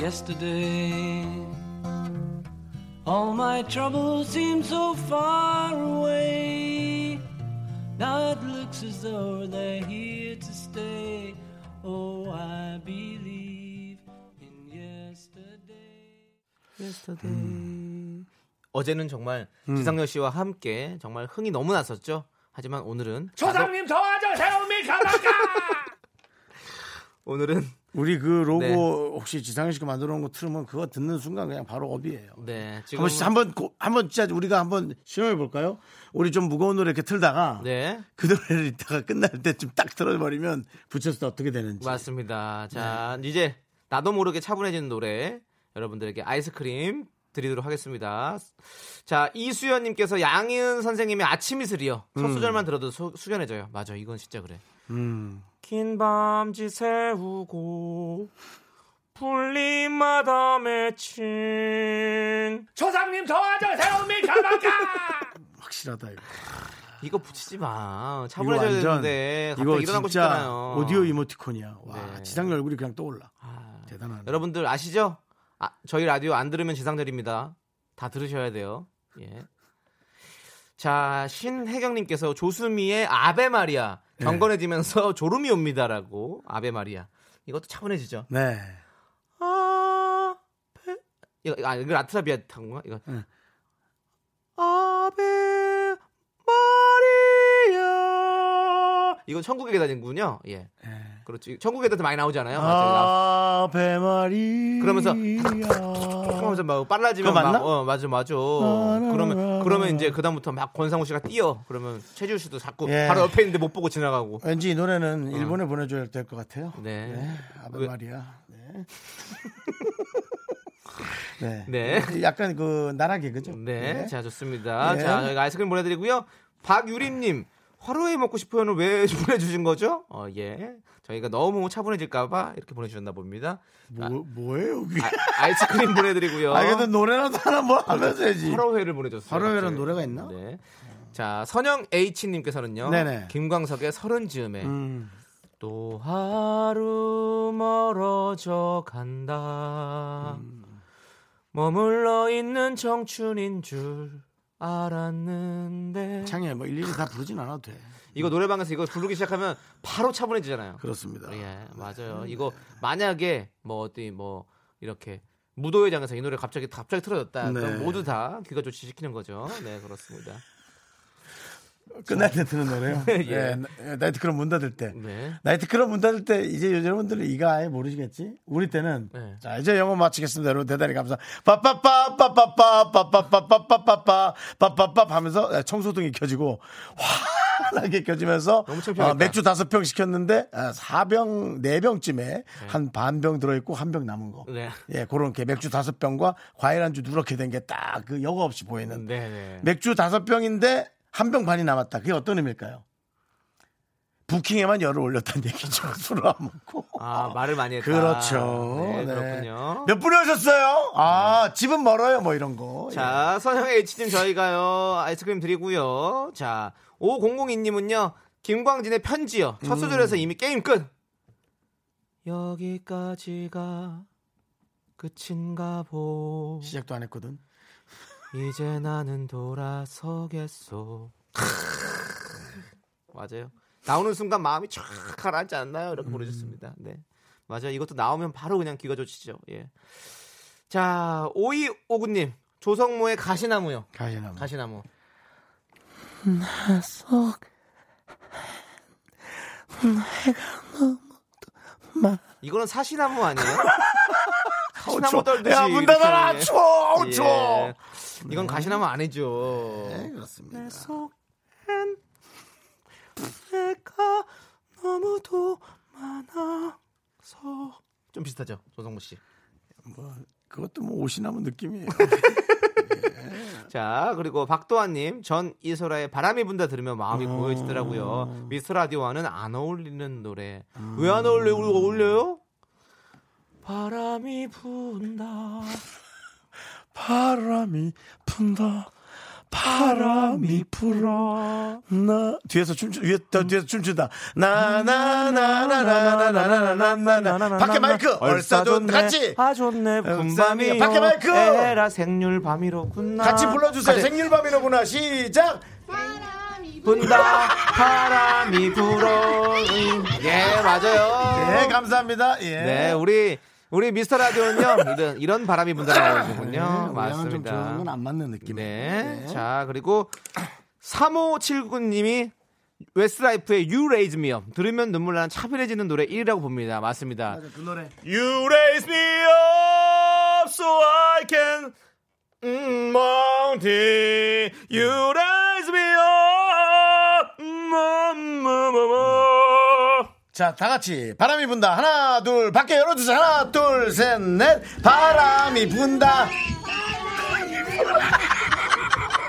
S3: Yesterday, all my troubles seem so far away. Now it looks as though they're here to stay. Oh, I believe in yesterday.
S2: 음. 어제는 정말 지상렬 씨와 함께 정말 흥이 너무 났었죠. 하지만 오늘은
S4: 조상님 저하자 세우미 가다가
S2: 오늘은
S1: 우리 그 로고
S2: 네.
S1: 혹시 지상현 씨가 만들어 놓은 거 틀으면 그거 듣는 순간 그냥 바로 업이에요.
S2: 네 지금
S1: 한번 한번 고- 한번 진짜 우리가 한번 실험해 볼까요? 우리 좀 무거운 노래 이렇게 틀다가
S2: 네
S1: 그 노래를 이따가 끝날 때쯤 딱 틀어버리면 붙여서 어떻게 되는지.
S2: 맞습니다. 자
S4: 네.
S2: 이제 나도 모르게 차분해지는 노래 여러분들에게 아이스크림 드리도록 하겠습니다. 자 이수연님께서 양희은 선생님의 아침 이슬이요 첫 소절만 들어도 수, 숙연해져요. 맞아 이건 진짜 그래. 긴 밤지 새우고 풀림마다 맺힌
S4: 조상님 저하자 세우미 가다가
S1: 확실하다 이거.
S2: 이거 붙이지 마
S1: 이거
S2: 차분해져야 되는데 갑자기 일어나고 싶잖아요.
S1: 오디오 이모티콘이야. 와
S2: 네.
S1: 지상렬 얼굴이 그냥 떠올라.
S2: 아,
S1: 대단하네.
S2: 여러분들 아시죠? 아, 저희 라디오 안 들으면 지상렬입니다. 다 들으셔야 돼요. 예. 자, 신혜경님께서 조수미의 아베 마리아 경건해지면서
S1: 네.
S2: 졸음이 옵니다라고 아베 마리아 이것도 차분해지죠.
S1: 네.
S2: 아, 베- 이거, 이거, 아, 이거 라트라비아 탄 건가? 이거
S1: 응.
S2: 아베 마리아 이건 천국의 계단이군요. 예,
S1: 네.
S2: 그렇죠. 천국의 계단도 많이 나오잖아요. 맞아요. 나왔-
S1: 아 배마리.
S2: 그러면서 하면서 막 빨라지면
S1: 그거 맞나?
S2: 막, 어, 맞아 맞아. 그러면 그러면 이제 그다음부터 막 권상우 씨가 뛰어. 그러면 최지우 씨도 자꾸
S1: 예.
S2: 바로 옆에 있는데 못 보고 지나가고.
S1: 왠지 이 노래는 일본에 보내줘야 될 것 같아요.
S2: 어. 네.
S1: 아베
S2: 왜-
S1: 마리아. 네. 네.
S2: 네.
S1: 약간 그 나라 개그죠.
S2: 네. 자, 좋습니다.
S1: 예.
S2: 자, 저희가 아이스크림 보내 드리고요. 박유림 님. 화로에 먹고 싶어요는 왜 보내 주신 거죠? 어, 예. 저희가 너무 차분해질까 봐 이렇게 보내 주셨나 봅니다.
S1: 뭐 뭐예요 여기?
S2: 아, 아이스크림 보내 드리고요. 아,
S1: 아 그래도 노래라도 하나 뭐 하면서 해지.
S2: 화로회를 보내줬어요.
S1: 화로회란
S2: 갑자기.
S1: 노래가 있나?
S2: 네. 자 선영 H 님께서는요.
S1: 네네.
S2: 김광석의 서른 즈음에
S1: 음.
S2: 또 하루 멀어져 간다.
S1: 음.
S2: 머물러 있는 청춘인 줄 알았는데.
S1: 창이야 뭐 일일이 다 부르진 않아도 돼.
S2: 이거 노래방에서 이거 부르기 시작하면 바로 차분해지잖아요.
S1: 그렇습니다.
S2: 예,
S1: 음.
S2: 맞아요. 이거 만약에 뭐 어디 뭐 이렇게 무도회장에서 이 노래 갑자기 갑자기 틀어졌다.
S1: 네.
S2: 그럼 모두 다 귀가 조치시키는 거죠. 네, 그렇습니다.
S1: 끝날 때 드는 노래요.
S2: 예.
S1: 예. 나- 나이트클럽 문 닫을 때.
S2: 네.
S1: 나이트클럽 문 닫을 때 이제 여러분들은 이거 아예 모르시겠지? 우리 때는
S2: 네.
S1: 자 이제 영어 마치겠습니다. 여러분 대단히 감사. 빠빠빠 빠빠빠 빠빠빠빠빠빠 빠빠빠 하면서 청소등이 켜지고 환하게 켜지면서
S2: 너무 창피하겠다.
S1: 어, 맥주 다섯 병 시켰는데 4병 4병쯤에 한 반 병 들어있고 한 병 남은 거.
S2: 네.
S1: 예, 그런 게 맥주 다섯 병과 과일 안주 누렇게 된 게 딱 그 여과 없이 보이는
S2: 네, 네.
S1: 맥주 다섯 병인데 한 병 반이 남았다. 그게 어떤 의미일까요? 부킹에만 열을 올렸다는 얘기죠. 술을 안 먹고.
S2: 아, 말을 많이 했다.
S1: 뭐, 그렇죠.
S2: 네,
S1: 네.
S2: 그렇군요.
S1: 몇 분이 오셨어요? 아, 집은 멀어요. 뭐 이런 거.
S2: 네. 자, 선영 H님 저희가요, 아이스크림 드리고요. 자, 5002님은요, 김광진의 편지요.
S1: 음.
S2: 첫 소절에서 이미 게임 끝! 여기까지가 끝인가 보.
S1: 예. 시작도 안 했거든.
S2: 이제 나는 돌아서겠소. 맞아요. 나오는 순간 마음이 쫙 가라앉지 않나요?
S1: 음.
S2: 이렇게 보내주셨습니다. 네. 맞아요. 이것도 나오면 바로 그냥 귀가 좋치죠. 예. 자, 5259님. 조성모의 가시나무요.
S1: 가시나무.
S2: 가시나무. 이거는 사시나무 아니에요? 가시나무
S1: 추워.
S2: 떨듯이
S1: 야, 문
S2: 이렇게
S1: 닫아라.
S2: 하는 게.
S1: 추워. 어우,
S2: 예.
S1: 추워.
S2: 이건 가시나무 아니죠.
S1: 네, 그렇습니다.
S2: 속엔 내가 너무도 많아서 좀 비슷하죠, 조성모 씨.
S1: 뭐, 그것도 뭐 오시나무 느낌이에요.
S2: 자 그리고 박도환님 전 이소라의 바람이 분다 들으면 마음이 고여지더라고요. 미스 라디오와는 안 어울리는 노래. 왜 안 어울려? 어울려요? 바람이 분다.
S1: 바람이 분다. 바람이 불어 나 뒤에서 춤추 위에 다 뒤에서 춤춘다 나나나나나나나나나나나 밖에 마이크 얼싸돈 같이
S2: 아 좋네 군밤이
S1: 밖에 마이크!
S2: 에라 생률 밤이로구나
S1: 같이 불러주세요
S2: 아, 네.
S1: 생일밤이로구나 시작
S2: 분다 바람이 불어 예 맞아요
S1: 네 감사합니다 예
S2: 어. 네, 우리 우리 미스터 라디오는요 이런 이런 바람이 분다라고
S1: 네,
S2: 하시군요.
S1: 우리랑은 좀 저는
S2: 맞습니다.
S1: 건안 맞는 느낌
S2: 네, 자 그리고 3579님이 웨스트라이프의 You Raise Me Up 들으면 눈물 나는 차분해지는 노래 1위라고 봅니다. 맞습니다.
S1: 그 노래
S2: You raise me up so I can mm, mountain. 네,
S1: 네.
S2: You raise me up. mm, mm, mm, mm, mm.
S1: 자, 다 같이 바람이 분다. 하나, 둘, 밖에 열어주세요. 하나, 둘, 셋, 넷. 바람이 분다.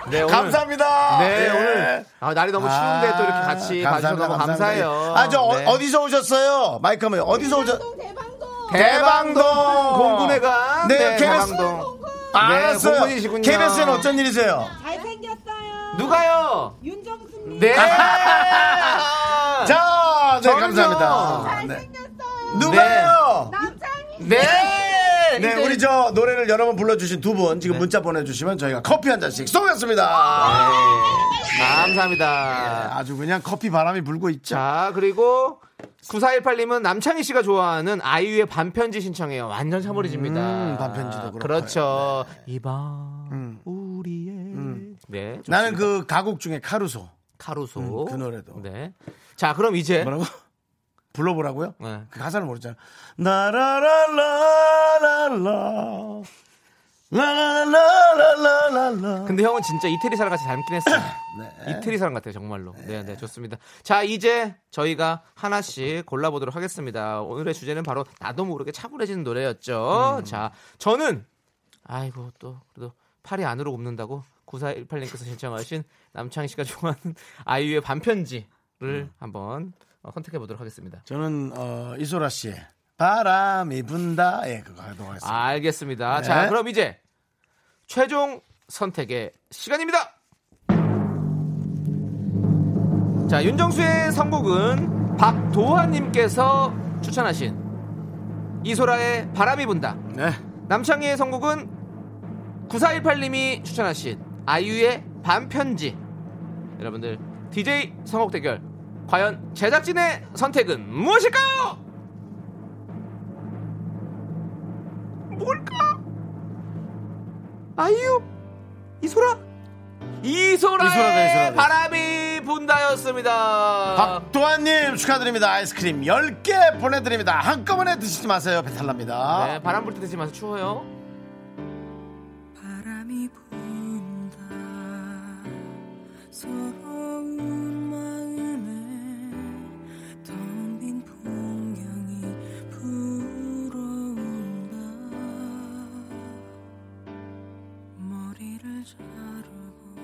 S2: 네, 오늘-
S1: 감사합니다.
S2: 네,
S1: 예.
S2: 오늘 아, 날이 너무 추운데 또 이렇게 같이
S1: 아,
S2: 봐주셔서 너무 감사해요.
S1: 아, 저 어,
S2: 네.
S1: 디서 오셨어요? 마이크 한번 어디서 오셨?
S2: 대방동
S1: 대방동.
S2: 공군회관
S1: 네,
S2: 네,
S1: KBS-
S2: 대방동
S1: 아,
S2: 네,
S1: 알았어요.
S2: 공군이시군요.
S1: KBS는 어쩐 일이세요?
S2: 누가요? 윤정수님. 네.
S1: 자, 네,
S2: 저는요.
S1: 감사합니다. 네. 누가요?
S2: 네.
S1: 네, 우리 저 노래를 여러 번 불러주신 두 분 지금 문자 보내주시면 저희가 커피 한 잔씩 쏘겠습니다.
S2: 네. 감사합니다.
S1: 아주 그냥 커피 바람이 불고 있죠.
S2: 자, 그리고 9418님은 남창희 씨가 좋아하는 아이유의 반편지 신청해요. 완전 샤머리즈입니다.
S1: 음, 반편지도 그렇고요. 네.
S2: 그렇죠. 이밤 우리의 네. 좋습니다.
S1: 나는 음. 그 가곡 중에 카루소
S2: 카루소
S1: 음, 그 노래도.
S2: 네. 자, 그럼 이제
S1: 뭐라고 불러보라고요?
S2: 네.
S1: 그 가사를 모르잖아. 나라라라라라 라라라라라라
S2: 근데 형은 진짜 이태리 사람 같이 닮긴 했어요. 이태리 사람 같아요, 정말로. 네, 네, 좋습니다. 자, 이제 저희가 하나씩 골라보도록 하겠습니다. 오늘의 주제는 바로 나도 모르게 차분해지는 노래였죠. 자, 저는 아이고 또 그래도 팔이 안으로 굽는다고 9418님께서 신청하신 남창희 씨가 좋아하는 아이유의 반편지를 한번 어, 선택해 보도록 하겠습니다.
S1: 저는 어, 이소라 씨의 바람이 분다 예 그거 하도록
S8: 아,
S1: 하겠습니다.
S2: 알겠습니다.
S1: 네.
S2: 자, 그럼 이제 최종 선택의 시간입니다. 자, 윤정수의 선곡은 박도환님께서 추천하신 이소라의 바람이 분다.
S1: 네.
S2: 남창희의 선곡은 9418님이 추천하신 아이유의 반편지. 여러분들, DJ 선곡 대결. 과연 제작진의 선택은 무엇일까요? 뭘까? 아이유? 이소라? 이소라의
S1: 이소라다, 이소라다.
S2: 바람이 분다였습니다.
S1: 박도환님 축하드립니다. 아이스크림 10개 보내드립니다. 한꺼번에 드시지 마세요. 배탈 납니다.
S2: 네, 바람 불 때 되지 마서 추워요.
S6: 바람이 분다 서러운 마음에 텅 빈 풍경이 불어온다 머리를 자르고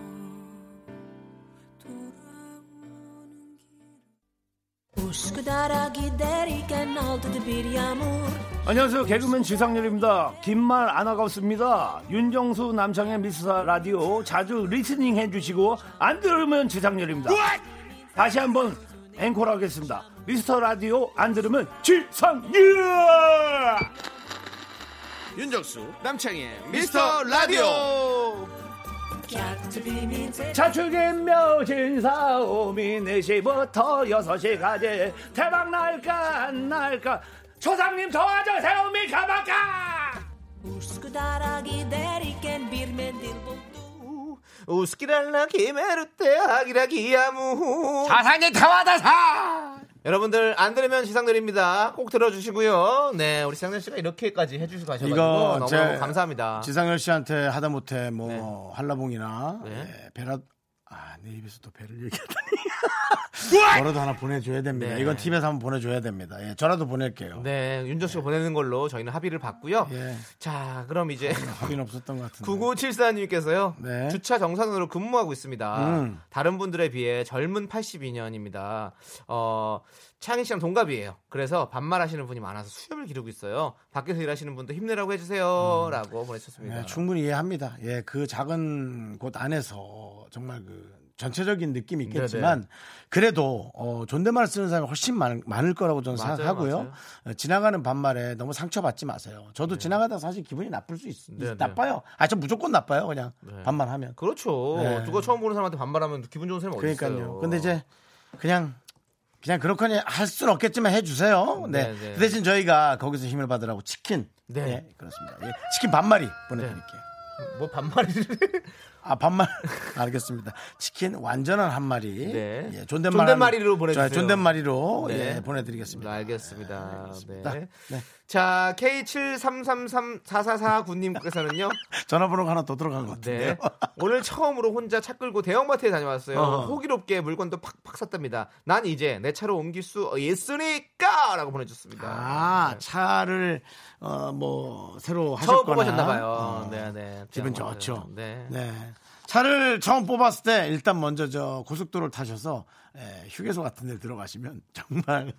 S6: 돌아오는 길 Buscará giderken aldırdı bir yağmur
S8: 안녕하세요. 개그맨 지상렬입니다. 긴 말 안 아깝습니다. 윤정수 남창의 미스터 라디오 자주 리스닝 해주시고 안 들으면 지상렬입니다. 다시 한번 앵콜 하겠습니다. 미스터 라디오 안 들으면 지상렬!
S1: 윤정수
S2: 남창희의
S1: 미스터 라디오.
S8: 자축인 묘진사 오미 네. 4시부터 6시까지 대박 날까 안 날까 초상님 도와주세요 미카마카!
S6: Üsküdar'a giderken bir mendil buldum.
S2: 우스키랄라 기메르테 아기라 기야무
S8: 사상의 타와다사!
S2: 여러분들 안 들으면 지상렬입니다. 꼭 들어주시고요. 네, 우리 지상렬 씨가 이렇게까지 해주시고 하셔가지고
S1: 이거
S2: 너무
S1: 제-
S2: 감사합니다.
S1: 지상열 씨한테 하다 못해 뭐 한라봉이나
S2: 네.
S1: 예, 베라 아내 입에서 또 배를 얘기하다니 뭐라도 하나 보내줘야 됩니다.
S2: 네.
S1: 이건 TV에서 한번 보내줘야 됩니다. 예, 저라도 보낼게요.
S2: 네, 윤정 씨가 보내는 걸로 저희는 합의를 봤고요.
S1: 예.
S2: 자, 그럼 이제
S1: 확인 없었던 것 같은데.
S2: 9974님께서요.
S1: 네.
S2: 주차 정산으로 근무하고 있습니다.
S1: 음.
S2: 다른 분들에 비해 젊은 82년입니다. 어, 창희 씨랑 동갑이에요. 그래서 반말하시는 분이 많아서 수염을 기르고 있어요. 밖에서 일하시는 분도 힘내라고 해주세요라고 보내주셨습니다.
S1: 음. 네, 충분히 이해합니다. 예, 그 작은 곳 안에서 정말 그 전체적인
S2: 네,
S1: 느낌이 있겠지만 그래도 어, 존댓말 쓰는 사람이 훨씬 많, 을 거라고 저는
S2: 맞아요,
S1: 생각하고요.
S2: 맞아요.
S1: 어, 지나가는 반말에 너무 상처받지 마세요. 저도 지나가다 사실 기분이 나쁠 수 있,
S2: 네, 네.
S1: 나빠요. 아, 저 무조건 나빠요. 그냥
S2: 네.
S1: 반말하면.
S2: 그렇죠.
S1: 네.
S2: 누가 처음 보는 사람한테 반말하면 기분 좋은 사람이 어디 있어요?
S1: 그러니까요. 근데 이제 그냥 그냥 그렇거니 할 수는 없겠지만 해주세요. 네.
S2: 네, 네.
S1: 그 대신 저희가 거기서 힘을 받으라고 치킨.
S2: 네.
S1: 네, 그렇습니다. 예, 치킨 반마리 보내드릴게요.
S2: 뭐 반말을
S1: 아 반말 알겠습니다. 치킨 완전한 한 마리.
S2: 네.
S1: 예, 존댓말
S2: 존댓말이로
S1: 한-
S2: 보내주세요.
S1: 자, 존댓말이로
S2: 네.
S1: 예, 보내드리겠습니다.
S2: 알겠습니다. 네.
S1: 자, 네.
S2: 자, K73334449님께서는요.
S1: 전화번호가 하나 더 들어간 것 같은데요.
S2: 네. 오늘 처음으로 혼자 차 끌고 대형마트에 다녀왔어요.
S1: 어.
S2: 호기롭게 물건도 팍팍 샀답니다. 난 이제 내 차로 옮길 수 있으니까! 라고 보내줬습니다.
S1: 아 차를 어, 뭐 새로
S2: 처음
S1: 하셨거나
S2: 뽑으셨나봐요.
S1: 어,
S2: 네, 네.
S1: 기분
S2: 그냥
S1: 좋죠.
S2: 네.
S1: 네. 차를 처음 뽑았을 때 일단 먼저 저 고속도로를 타셔서 예, 휴게소 같은 데 들어가시면 정말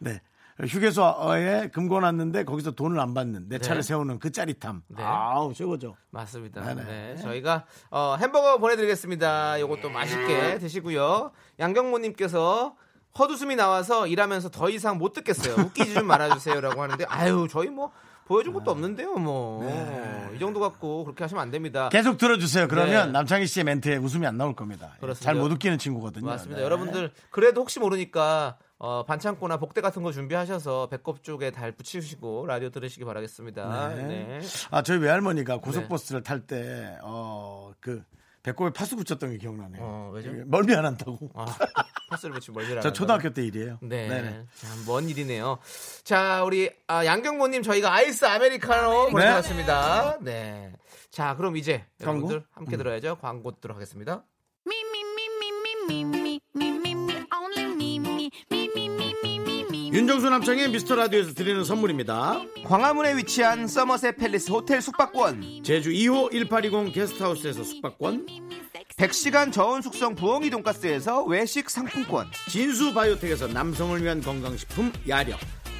S1: 네. 휴게소에 금고 놨는데 거기서 돈을 안 받는 내 차를 세우는 그 짜릿함.
S2: 네.
S1: 아우 최고죠.
S2: 맞습니다.
S1: 네네.
S2: 네,
S1: 네.
S2: 저희가 어, 햄버거 보내드리겠습니다. 요것도 맛있게
S1: 네.
S2: 드시고요. 양경모님께서 헛웃음이 나와서 일하면서 더 이상 못 듣겠어요. 웃기지 좀 말아주세요라고 하는데 아유 저희 뭐 보여준
S1: 아.
S2: 것도 없는데요 뭐.
S1: 네.
S2: 이 정도 갖고 그렇게 하시면 안 됩니다.
S1: 계속 들어주세요. 그러면
S2: 네.
S1: 남창희 씨의 멘트에 웃음이 안 나올 겁니다. 예,
S2: 그렇습니다.
S1: 잘 못 웃기는 친구거든요.
S2: 맞습니다.
S1: 네.
S2: 여러분들 그래도 혹시 모르니까 어, 반창고나 복대 같은 거 준비하셔서 배꼽 쪽에 달 붙이시고 라디오 들으시기 바라겠습니다. 네.
S1: 아 저희 외할머니가 고속버스를 탈 때 어, 그 배꼽에 파수 붙였던 게 기억나네요. 예,
S2: 어, 왜죠?
S1: 멀미 안 한다고.
S2: 아, 파스를 붙이고 멀리라.
S1: 저 초등학교 때 일이에요.
S2: 네.
S1: 네네.
S2: 참, 먼 일이네요. 자, 우리 아, 양경모님 저희가 아이스 아메리카노 보내드렸습니다. 네. 자, 그럼 이제
S1: 네. 광고? 음.
S2: 여러분들 함께 들어야죠. 광고 듣도록 하겠습니다.
S6: Me, me, me, me, me, me, me, me, me, me, only me, me, me, me, me, me, me, me.
S1: 윤정수 남창의 미스터 라디오에서 드리는 선물입니다.
S2: 광화문에 위치한 서머셋 팰리스 호텔 숙박권,
S1: 제주 2호 1820 게스트하우스에서 숙박권,
S2: 100시간 저온 숙성 부엉이 돈가스에서 외식 상품권,
S1: 진수 바이오텍에서 남성을 위한 건강식품 야력,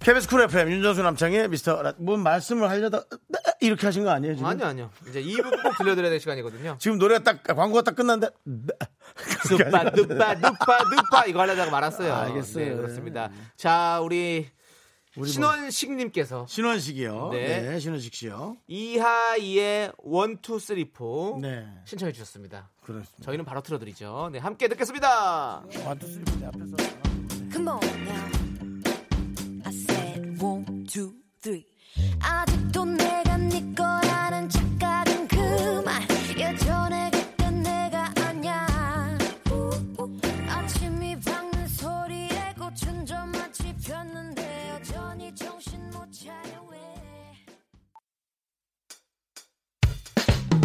S1: KBS 쿨 FM 윤정수 남창의 미스터 라... 뭔 말씀을 하려다 네, 이렇게 하신 거 아니에요 지금?
S2: 아니요, 아니요. 이제 2부 꼭 들려드려야 될 시간이거든요.
S1: 지금 노래가 딱 광고가 딱 끝났는데 네.
S2: 두빠, 두빠, 두빠, 두빠. 이거 하려다가 말았어요.
S1: 아, 알겠어요.
S2: 네, 그렇습니다. 자, 우리
S1: 우리 뭐-
S2: 신원식님께서
S1: 신원식이요.
S2: 네.
S1: 네. 신원식 씨요.
S2: 이하이의 원투 쓰리 포
S1: 네.
S2: 신청해 주셨습니다.
S1: 그렇습니다.
S2: 저희는 바로 틀어드리죠. 네, 함께 듣겠습니다.
S6: Come on now. I said one, two, three. 아직도 내가 네 거라는 착각은 그만. 예전에 그땐 내가 아냐. 아침이 밝는 소리에 꽃은 저 마치 폈는데 여전히 정신 못 차려 왜.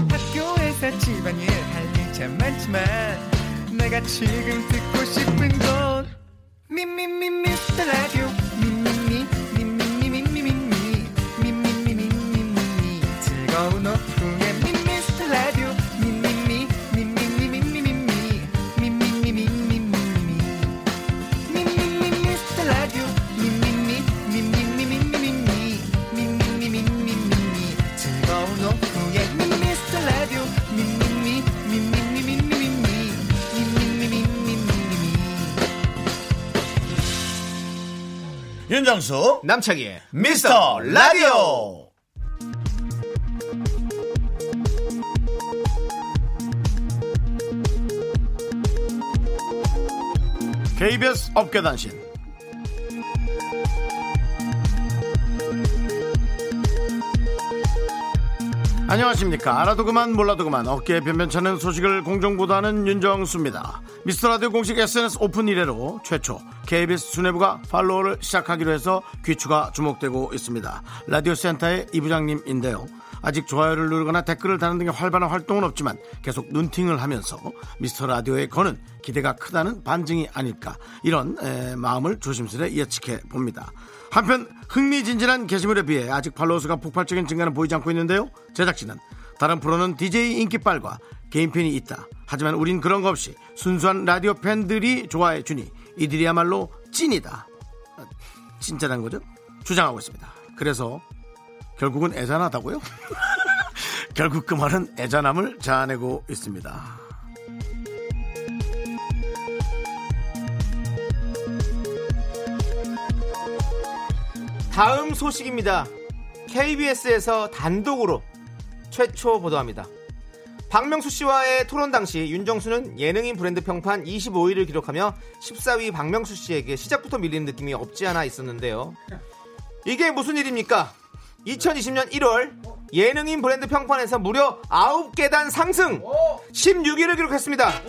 S9: 학교에서 집안일 할 일 참 많지만 내가 지금 듣고 싶은 건 미미미 미스터 라디오 미미미 미미미 미미미 미미미 미미미 즐거운 오후에 미스터 라디오 미미미 미미미 미미미 미미미 미미미 미미미 미스터 라디오 미미미 미미미 미미미 미미미 미미미 즐거운 오후에 미스터 라디오 미미미 미미미 미미미 미미미 미미미
S1: 윤정수
S2: 남창희의
S1: 미스터 라디오 KBS 업계단신 안녕하십니까. 알아도 그만 몰라도 그만 어깨에 변변찮은 소식을 공정보다는 윤정수입니다. 미스터라디오 공식 SNS 오픈 이래로 최초 KBS 수뇌부가 팔로워를 시작하기로 해서 귀추가 주목되고 있습니다. 라디오 센터의 이부장님인데요. 아직 좋아요를 누르거나 댓글을 다는 등의 활발한 활동은 없지만 계속 눈팅을 하면서 미스터 라디오에 거는 기대가 크다는 반증이 아닐까 이런 에, 마음을 조심스레 예측해 봅니다. 한편 흥미진진한 게시물에 비해 아직 팔로우 수가 폭발적인 증가는 보이지 않고 있는데요. 제작진은 다른 프로는 DJ 인기빨과 개인팬이 있다. 하지만 우린 그런 거 없이 순수한 라디오 팬들이 좋아해 주니 이들이야말로 찐이다. 아, 진짜란 거죠? 주장하고 있습니다. 그래서 결국은 애잔하다고요? 결국 그 말은 애잔함을 자아내고 있습니다.
S2: 다음 소식입니다. KBS에서 단독으로 최초 보도합니다. 박명수 씨와의 토론 당시 윤정수는 예능인 브랜드 평판 25위를 기록하며 14위 박명수 씨에게 시작부터 밀리는 느낌이 없지 않아 있었는데요. 이게 무슨 일입니까? 2020년 1월 예능인 브랜드 평판에서 무려 9계단 상승 16위를 기록했습니다.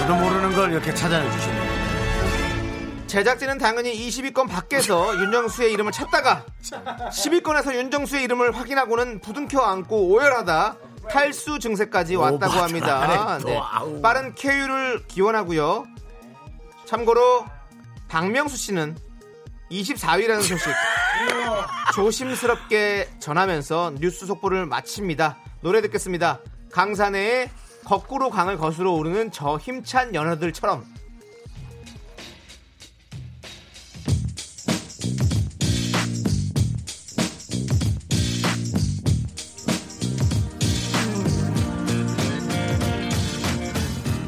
S1: 저도 모르는 걸 이렇게 찾아내 주시네요.
S2: 제작진은 당연히 20위권 밖에서 윤정수의 이름을 찾다가 10위권에서 윤정수의 이름을 확인하고는 부둥켜 안고 오열하다 탈수 증세까지 왔다고
S1: 어, 맞아.
S2: 합니다.
S1: 아래 또,
S2: 네.
S1: 아우.
S2: 빠른 쾌유를 기원하고요. 참고로 박명수 씨는 24위라는 소식 조심스럽게 전하면서 뉴스 속보를 마칩니다. 노래 듣겠습니다. 강산의 거꾸로 강을 거슬러 오르는 저 힘찬 연어들처럼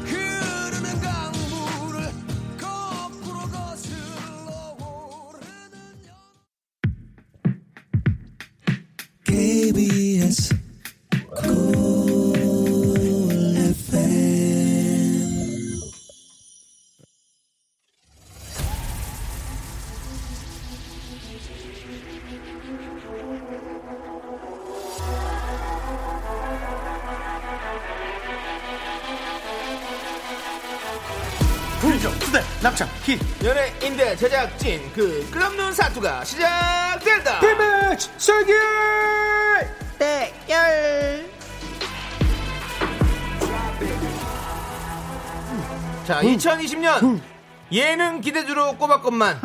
S5: 흐르는 강물을 거꾸로 거슬러 오르는 KBS 쿨 FM
S1: 불정, 수대, 남창, 희
S2: 연예인대 제작진 그 끝없는 사투가 시작된다.
S10: 음.
S2: 자, 2020년 예능 기대주로 꼽았건만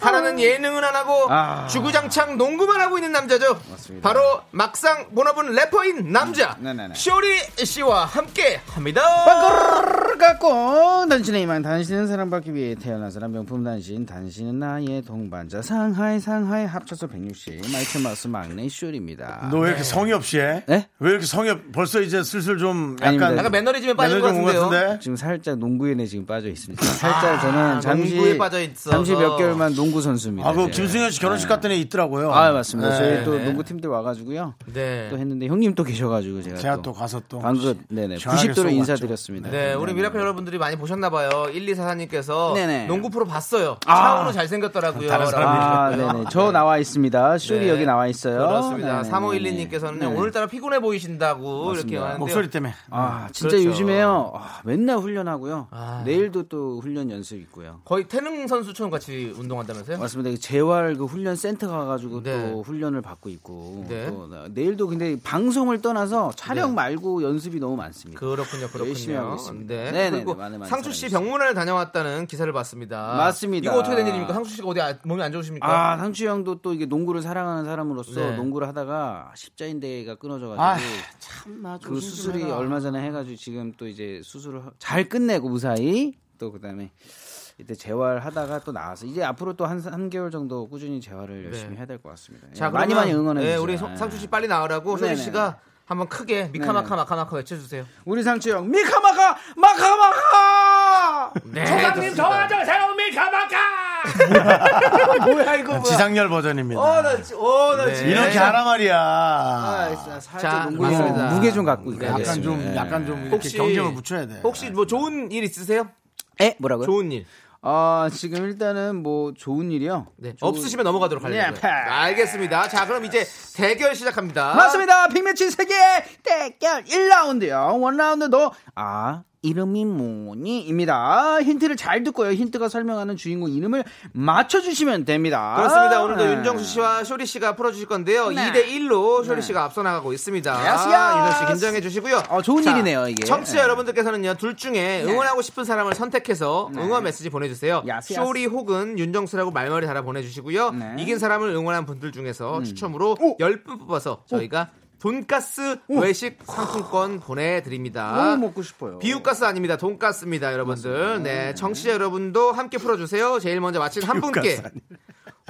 S2: 하라는 예능은 안 하고 주구장창 농구만 하고 있는 남자죠.
S10: 아. 맞습니다. 음.
S2: 바로 막상 보너분 래퍼인 남자
S10: 네네네.
S2: 쇼리 씨와 함께합니다.
S10: 빵꾸르르 갖고 당신의 이만 당신은 사랑받기 위해 태어난 사람 명품 당신 당신은 나의 동반자 상하이 상하이 합쳐서 160 마이클 마우스 막내 슈입니다
S1: 너 왜 이렇게 성의 없이 해?
S10: 네?
S1: 왜 이렇게 성의 없, 벌써 이제 슬슬 좀
S10: 아닙니다.
S1: 약간.
S2: 약간 매너리즘에 빠진 것
S1: 매너리즘 온
S2: 같은데요.
S10: 지금 살짝 농구인에 지금 빠져 있습니다. 살짝
S2: 아,
S10: 저는 잠시
S2: 농구에 빠져 있어서.
S10: 잠시 몇 개월만 농구 선수입니다.
S1: 아, 그
S10: 제가.
S1: 김승현 씨 결혼식 같은 애 있더라고요.
S10: 네. 아 맞습니다.
S1: 네.
S10: 저희 또 농구 팀들 와가지고요.
S2: 네.
S10: 또 했는데 형님 또 계셔가지고 제가,
S1: 제가 또 가서 또
S10: 방금 네네
S1: 시원하게
S10: 90도로
S1: 쏘고
S10: 인사드렸습니다.
S2: 네, 우리 미라클 여러분들이 많이 보셨나봐요. 1244님께서
S10: 네네.
S2: 농구 프로 봤어요. 차원로 잘생겼더라고요.
S1: 다른 사람이
S2: 라고.
S10: 아, 네네. 저 나와 있습니다. 슈리
S2: 네.
S10: 여기 나와 있어요.
S2: 그렇습니다.
S10: 네네.
S2: 3512님께서는
S10: 네네.
S2: 오늘따라 피곤해 보이신다고 이렇게
S10: 맞습니다.
S2: 하는데
S1: 목소리 때문에.
S10: 아, 진짜
S2: 그렇죠.
S10: 요즘에요. 아, 맨날 훈련하고요.
S2: 아.
S10: 내일도 또 훈련 연습 있고요.
S2: 거의 태능 선수처럼 같이 운동한다면서요?
S10: 맞습니다. 재활 그 훈련 센터 가가지고
S2: 네.
S10: 또 훈련을 받고 있고
S2: 네.
S10: 또 나- 내일도 근데 방송을 떠나서 촬영
S2: 네.
S10: 말고 연습이 너무 많습니다.
S2: 그렇군요, 그렇군요.
S10: 열심히 하고 있습니다.
S2: 네.
S10: 네네네,
S2: 그리고
S10: 많은 많은
S2: 상수 씨
S10: 사랑해주세요.
S2: 병문안을 다녀왔다는 기사를 봤습니다.
S10: 맞습니다.
S2: 이거 어떻게 된 일입니까? 상수 씨가 어디 아- 몸이 안 좋으십니까?
S10: 아, 상추 형도 또 이게 농구를 사랑하는 사람으로서
S2: 그러니까 네.
S10: 농구를 하다가 십자인대가 끊어져가지고
S1: 아,
S10: 참나 그 수술이 얼마 전에 해가지고 지금 또 이제 수술을 하- 잘 끝내고 무사히 또 그다음에 이때 재활하다가 또 나와서 이제 앞으로 또 한 한 개월 정도 꾸준히 재활을 열심히
S2: 네.
S10: 해야 될 것 같습니다.
S2: 자,
S10: 예, 많이
S2: 그러면,
S10: 많이 응원해
S2: 예,
S10: 주세요.
S2: 우리 소- 상추 씨 빨리 나오라고
S10: 네네.
S2: 소리 씨가 한번 크게 미카마카
S10: 네네.
S2: 마카마카 외쳐주세요.
S10: 우리 상추 형 미카마카 마카마카.
S2: 네,
S3: 소장님
S2: 좋습니다.
S3: 저하자 새로미 가마카.
S10: 뭐야 이거 뭐야?
S1: 지상렬 버전입니다.
S10: 어나 어, 나
S2: 네.
S10: 지금
S1: 이렇게 하라 말이야.
S10: 아, 진짜
S2: 자, 네,
S10: 살짝 농구
S2: 맞습니다.
S10: 무게 좀 갖고 있고
S2: 약간
S1: 약간
S10: 네.
S1: 좀 약간 좀 이렇게
S2: 혹시-
S1: 경쟁을 붙여야 돼.
S2: 혹시 뭐 좋은 일 있으세요?
S10: 에 뭐라고요?
S2: 좋은 일.
S10: 아 지금 일단은 뭐 좋은 일이요.
S2: 네. 없으시면 넘어가도록 할래요.
S10: 네, 패스.
S2: 알겠습니다. 자, 그럼 이제 대결 시작합니다.
S10: 맞습니다. 빅매치 세계 대결 1라운드요. 원라운드도아 이름이 뭐니입니다. 힌트를 잘 듣고요. 힌트가 설명하는 주인공 이름을 맞춰주시면 됩니다.
S2: 그렇습니다. 오늘도
S10: 네.
S2: 윤정수 씨와 쇼리 씨가 풀어주실 건데요. 2대 1로 쇼리 씨가 앞서 나가고 있습니다. 아,
S10: 예스, 예스.
S2: 윤정수 씨 긴장해 주시고요.
S10: 네. 어, 좋은 일이네요, 이게.
S2: 청취자
S10: 네.
S2: 여러분들께서는요 둘 중에 응원하고 싶은 사람을 선택해서
S10: 네.
S2: 응원 메시지 보내주세요.
S10: 예스, 예스.
S2: 쇼리 혹은 윤정수라고 말머리 달아 보내주시고요.
S10: 네. 음.
S2: 이긴 사람을 응원한 분들 중에서 추첨으로 10분 뽑아서 저희가 돈가스 외식 상품권 보내드립니다.
S10: 너무 아, 먹고 싶어요.
S2: 아, 비우가스 아닙니다. 돈가스입니다, 여러분들. 네, 청취자 여러분도 함께 풀어주세요. 제일 먼저 맞힌 한 분께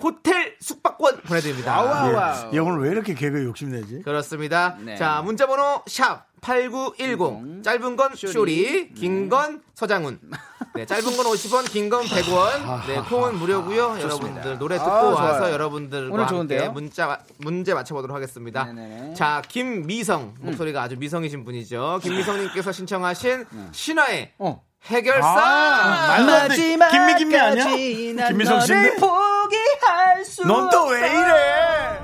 S2: 호텔 숙박권 보내드립니다. 예,
S10: 와와와.
S1: 얘 오늘 왜 이렇게 개그 욕심내지?
S2: 그렇습니다.
S10: 네. 음.
S2: 자, 문자번호 샵 8910. 짧은 건 쇼리,
S10: 네.
S2: 긴 건 서장훈. 네, 짧은 건 50원, 긴 건 100원. 네, 콩은 무료고요. 여러분들 노래 듣고
S10: 아,
S2: 와서
S10: 좋아요.
S2: 여러분들과
S10: 오늘
S2: 함께
S10: 좋은데요?
S2: 문자 마- 문제 맞춰 보도록 하겠습니다.
S10: 네네네.
S2: 자, 김미성. 목소리가 아주 미성이신
S10: 음.
S2: 분이죠. 김미성 님께서 신청하신 신화의
S10: 어.
S2: 해결사 아,
S10: 마지막
S1: 김미, 김미 아니야? 김미성 씨인데?
S10: 포기할 수
S1: 넌 또 왜 이래?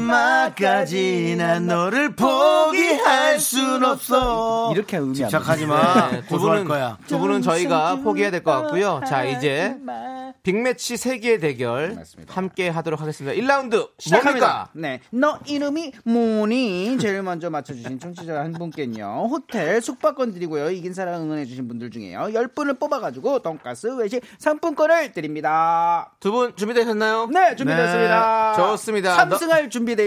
S1: 마지막까지 난 너를 포기할 순 없어.
S10: 이렇게 의미
S1: 집착하지
S10: 안
S1: 마.
S2: 네, 두
S1: 고소할
S2: 분은
S1: 거야.
S2: 두 분은 저희가 포기해야 될 것 같고요. 자, 이제 빅매치 세계 대결
S10: 맞습니다.
S2: 함께 하도록 하겠습니다. 1라운드 시작합니까?
S10: 시작합니다. 네. 너 이름이 뭐니? 제일 먼저 맞춰주신 청취자 한 분께는요. 호텔 숙박권 드리고요. 이긴 사람 응원해주신 분들 중에요. 10분을 뽑아가지고 돈가스 외식 상품권을 드립니다.
S2: 두 분 준비되셨나요?
S10: 네, 준비됐습니다.
S2: 네, 좋습니다.
S10: 삼승할 준비되어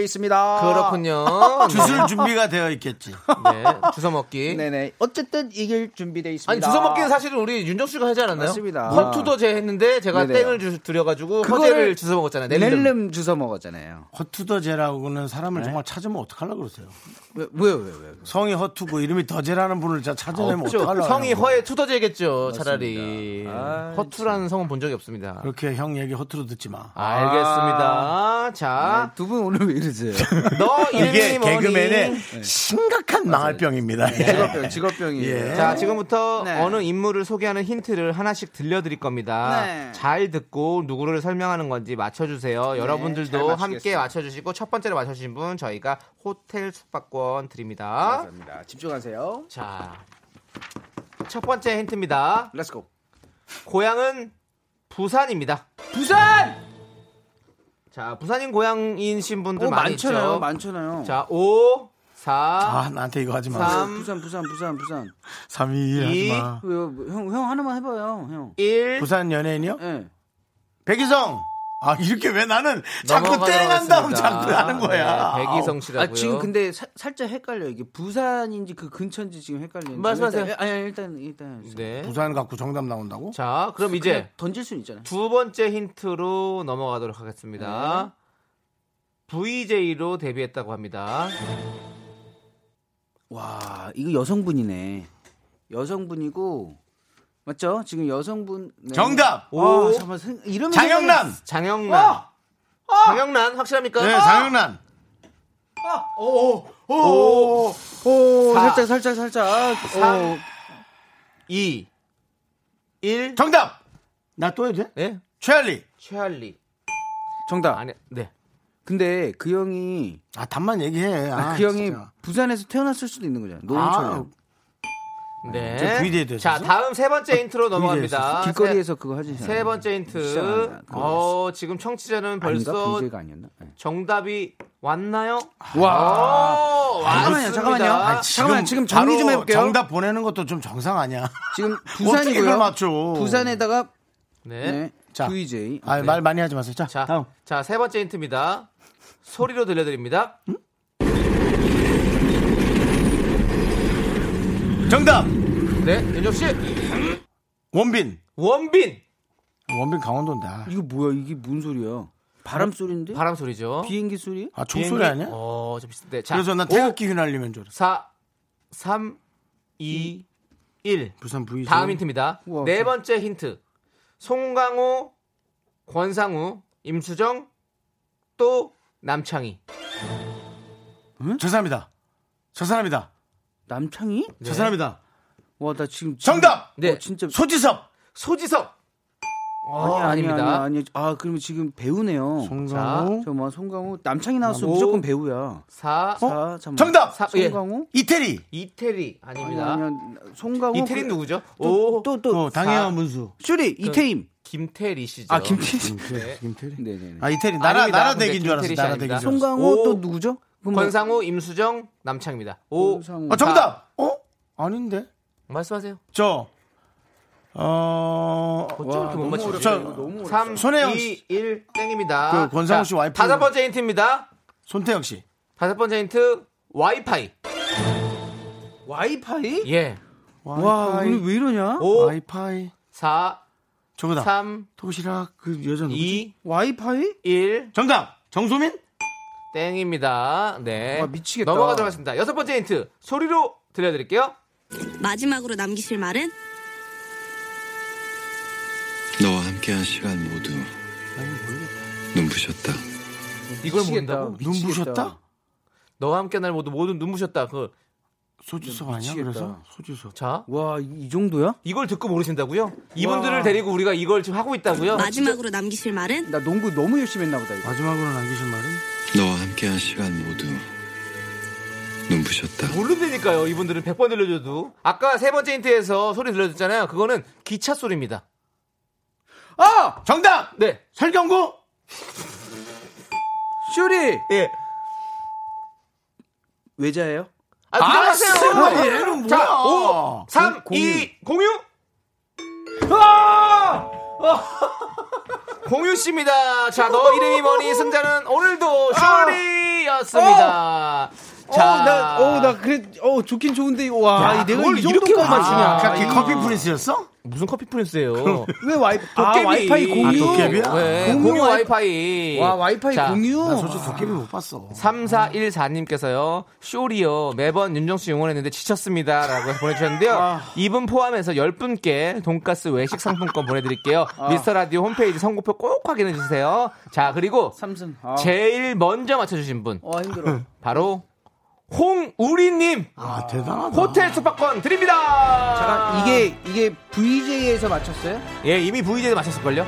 S10: 있습니다.
S2: 그렇군요.
S1: 주술 준비가 되어 있겠지.
S2: 네, 주워 먹기.
S10: 네네. 어쨌든 이길 준비되어 있습니다.
S2: 아니 주워 먹기는 사실은 우리 윤정 씨가 하지 않았나요?
S10: 맞습니다.
S2: 허투도 제 했는데 제가
S10: 네네.
S2: 땡을 주, 드려가지고
S10: 그거를
S2: 허재를 주워 먹었잖아요. 넬름.
S10: 넬름 주워 먹었잖아요.
S1: 허투더제라고는 사람을
S2: 네.
S1: 정말 찾으면 어떡하려고 그러세요?
S10: 왜, 왜, 왜, 왜.
S1: 성이 허투고 이름이 더제라는 분을 자- 찾아내면
S2: 없죠.
S1: 어떡하려고
S2: 성이
S1: 그러냐고.
S2: 허에 투더제겠죠. 차라리 허투라는 성은 본 적이 없습니다.
S1: 아, 그렇게 아. 형 얘기 허투루 듣지 마.
S2: 알겠습니다. 자,
S10: 네, 두 분 오늘 왜 이러세요?
S2: 너 이름이
S1: 이게
S2: 뭐니?
S1: 개그맨의
S2: 네.
S1: 심각한 망할병입니다.
S10: 직업병, 직업병이에요.
S1: 예.
S2: 자, 지금부터
S10: 네.
S2: 어느 인물을 소개하는 힌트를 하나씩 들려드릴 겁니다.
S10: 네.
S2: 잘 듣고 누구를 설명하는 건지 맞춰주세요.
S1: 네,
S10: 잘
S2: 여러분들도
S10: 맞추겠습니다.
S2: 함께 맞춰주시고 첫 번째로 맞춰주신 분 저희가 호텔 숙박권 드립니다.
S10: 감사합니다. 집중하세요.
S2: 자, 첫 번째 힌트입니다.
S10: 렛츠고.
S2: 고향은 부산입니다.
S10: 부산!
S2: 자, 부산인 고향이신 분들
S10: 어,
S2: 많이
S10: 많잖아요.
S2: 있죠.
S10: 많잖아요. 어,
S2: 자, 5, 4,
S1: 아, 나한테 이거 하지 마.
S2: 삼,
S10: 부산, 부산, 부산, 부산. 그,
S1: 3위 하지
S2: 이.
S1: 마.
S10: 왜요? 형, 형 하나만 해봐요, 형.
S2: 1.
S1: 부산 연예인이요?
S10: 예. 네.
S1: 백이성. 아, 이렇게 왜 나는 자꾸
S2: 넘어가도록
S1: 때려난 다음
S2: 하겠습니다.
S1: 자꾸 하는 거야.
S2: 네, 백이성 씨라고요.
S10: 아, 지금 근데 사- 살짝 헷갈려요. 이게 부산인지 그 근처인지 지금 헷갈리는데.
S2: 말씀하세요.
S10: 일단, 아니, 아니, 일단, 일단.
S2: 네.
S1: 부산 갖고 정답 나온다고?
S2: 자, 그럼 이제
S10: 던질 수 있잖아요.
S2: 두 번째 힌트로
S1: 네.
S2: 넘어가도록 하겠습니다. VJ로 데뷔했다고 합니다.
S10: 와, 이거 여성분이네. 여성분이고, 맞죠? 지금 여성분. 네.
S1: 정답!
S10: 와, 잠깐만, 생- 이름이.
S1: 장영란!
S2: 장영란. 장영란 확실합니까?
S1: 아! 네, 장영란.
S10: 생각이- 오,
S2: 사.
S10: 살짝, 살짝, 아, 살짝. 오,
S2: 2, 1.
S1: 정답! 나 또 해도 돼?
S2: 네?
S1: 최알리.
S2: 최할리.
S10: 정답.
S2: 아니, 네.
S10: 근데 그 형이,
S1: 아, 답만 얘기해. 아,
S10: 그 형이
S1: 진짜.
S10: 부산에서 태어났을 수도 있는 거잖아요. 노홍철
S1: 아,
S10: 형.
S2: 네.
S1: 저 귀대에 대해서
S2: 자,
S1: 했어? 아,
S2: 다음 세 번째 인트로
S1: 있었어?
S2: 넘어갑니다.
S10: 길거리에서 그거 하지
S2: 아, 세, 세 번째 인트. 어, 지금 청취자는
S10: 아닌가?
S2: 벌써
S10: 분재가 아니었나? 네. 아,
S2: 정답이 왔나요?
S10: 와.
S2: 오,
S10: 잠깐만요,
S2: 왔습니다.
S10: 잠깐만요. 아, 잠깐만, 지금 정리
S1: 바로
S10: 좀 해볼게요.
S1: 정답 보내는 것도 좀 정상 아니야.
S10: 지금
S1: 어떻게
S10: 부산이고요.
S1: 이걸 맞춰?
S10: 부산에다가
S2: 네.
S10: 네.
S1: 자.
S10: VJ.
S1: 아, 말 많이 하지 마세요. 자,
S2: 자,
S1: 다음.
S2: 자, 세 번째 힌트입니다. 소리로 들려드립니다.
S1: 정답.
S2: 네, 윤정 씨.
S1: 원빈.
S2: 원빈.
S1: 원빈 강원도인데. 아,
S10: 이거 뭐야? 이게 뭔 소리야? 바람 소리인데?
S2: 바람 소리죠.
S10: 비행기 소리?
S1: 아, 총소리 아니야?
S2: 어, 좀 비슷한데. 자,
S1: 그래서 난 태극기 휘날리면 줄 알았어.
S2: 4 3 2 1.
S1: 부산 VJ.
S2: 다음 힌트입니다.
S10: 우와,
S2: 네 번째 힌트. 송강호, 권상우, 임수정, 또 남창희.
S1: 저 사람이다. 저 사람이다.
S10: 남창이?
S1: 저 사람이다.
S10: 와, 나 지금
S1: 정답!
S2: 네.
S10: 어, 진짜
S1: 소지섭.
S2: 소지섭. 어,
S10: 아니, 아니, 아니,
S2: 아닙니다.
S10: 아니. 아, 그러면 지금 배우네요.
S1: 송강호.
S10: 저뭐 송강호 남창이 나왔으면 무조건 배우야.
S2: 4
S10: 자, 잠깐만.
S1: 정답!
S2: 사- 예.
S10: 어? 송강호?
S1: 이태리.
S2: 이태리 아닙니다.
S10: 아니, 아니, 송강호
S2: 이태리
S10: 그-
S2: 누구죠?
S10: 또,
S2: 오,
S10: 또, 또.
S1: 어, 당해와 문수.
S10: 슈리 이태임.
S2: 김태리 씨죠.
S10: 아, 김태임.
S1: 김태리. 김태리.
S10: 네네네.
S1: 아, 이태리. 나라,
S2: 아닙니다.
S1: 나라
S2: 근데
S1: 대기인 줄 알았어.
S2: 김태리 씨
S1: 나라
S2: 아닙니다.
S1: 대기인 줄 알았어.
S10: 송강호
S2: 오.
S10: 또 누구죠? 그럼 뭐-
S2: 권상우, 임수정, 남창입니다. 오,
S10: 권상우.
S1: 아, 정답! 어? 아닌데?
S2: 말씀하세요.
S1: 저, 어,
S2: 어쩜 이렇게 아, 못 맞추죠?
S1: 저,
S2: 3,
S1: 손혜영
S2: 2, 1, 땡입니다.
S1: 그 권상우 씨
S2: 자,
S1: 와이프.
S2: 다섯 번째 힌트입니다.
S1: 손태영 씨.
S2: 다섯 번째 힌트, 와이파이.
S10: 와이파이?
S2: 예.
S10: 와, 오늘 왜 이러냐?
S2: 오,
S1: 와이파이.
S2: 4,
S1: 저거다.
S2: 3,
S1: 도시락 그 여자 누구?
S2: 2,
S10: 와이파이?
S2: 1,
S1: 정답. 정소민?
S2: 땡입니다. 네.
S10: 와, 미치겠다.
S2: 넘어가도록 하겠습니다. 여섯 번째 힌트, 소리로 들려드릴게요.
S6: 마지막으로 남기실 말은
S11: 너와 함께한 시간 모두 눈부셨다.
S2: 이걸
S10: 미치겠다.
S2: 모른다고?
S1: 눈부셨다?
S2: 너와 함께 날 모두 모두 눈부셨다. 그,
S1: 소지섭 아니야?
S10: 미치겠다.
S1: 그래서 소지섭.
S2: 자,
S10: 와, 이, 이 정도야?
S2: 이걸 듣고 모르신다고요? 이분들을 데리고 우리가 이걸 지금 하고 있다고요?
S6: 마지막으로 남기실 말은
S10: 나 농구 너무 열심히 했나 보다. 이거.
S1: 마지막으로 남기신 말은
S11: 너와 함께한 시간 모두 눈부셨다.
S2: 모른다니까요. 이분들은 100번 들려줘도. 아까 세 번째 힌트에서 소리 들려줬잖아요. 그거는 기차 소리입니다.
S10: 아!
S1: 정답.
S2: 네.
S1: 설경구.
S10: 슈리!
S2: 예.
S10: 외자예요?
S2: 아, 들어가세요.
S1: 얘는
S2: 자, 5, 3,
S10: 그 공유.
S2: 2, 공유.
S10: 아!
S2: 공유 씨입니다. 자, 너 이름이 뭐니? 승자는 오늘도 쇼리였습니다. 자,
S10: 아! 어, 나, 어, 나 그래, 어, 좋긴 좋은데, 와, 이 내가 이 정도까지
S1: 아,
S10: 맞추냐.
S1: 아까 걔 커피 프린스였어?
S2: 무슨 커피 프린스예요?
S10: 왜 와이, 아,
S2: 도깨비.
S10: 와이파이 공유?
S1: 아, 도깨비야?
S2: 네,
S10: 공유
S2: 공유,
S10: 와이-
S2: 와이파이.
S10: 와, 와이파이
S2: 자,
S10: 공유?
S1: 나 솔직히 도깨비 못 봤어.
S2: 3414님께서요, 쇼리요, 매번 윤정씨 응원했는데 지쳤습니다. 라고
S10: 아.
S2: 보내주셨는데요. 이분 포함해서 10분께 돈가스 외식 상품권 보내드릴게요.
S10: 아.
S2: 미스터 라디오 홈페이지 선고표 꼭 확인해주세요. 자, 그리고
S10: 삼승. 아,
S2: 제일 먼저 맞춰주신 분,
S10: 와, 힘들어.
S2: 바로 홍우리님
S1: 아, 대단하다.
S2: 호텔 숙박권 드립니다.
S10: 잠깐, 이게, 이게 VJ에서 맞췄어요?
S2: 예, 이미 VJ도 맞췄을걸요?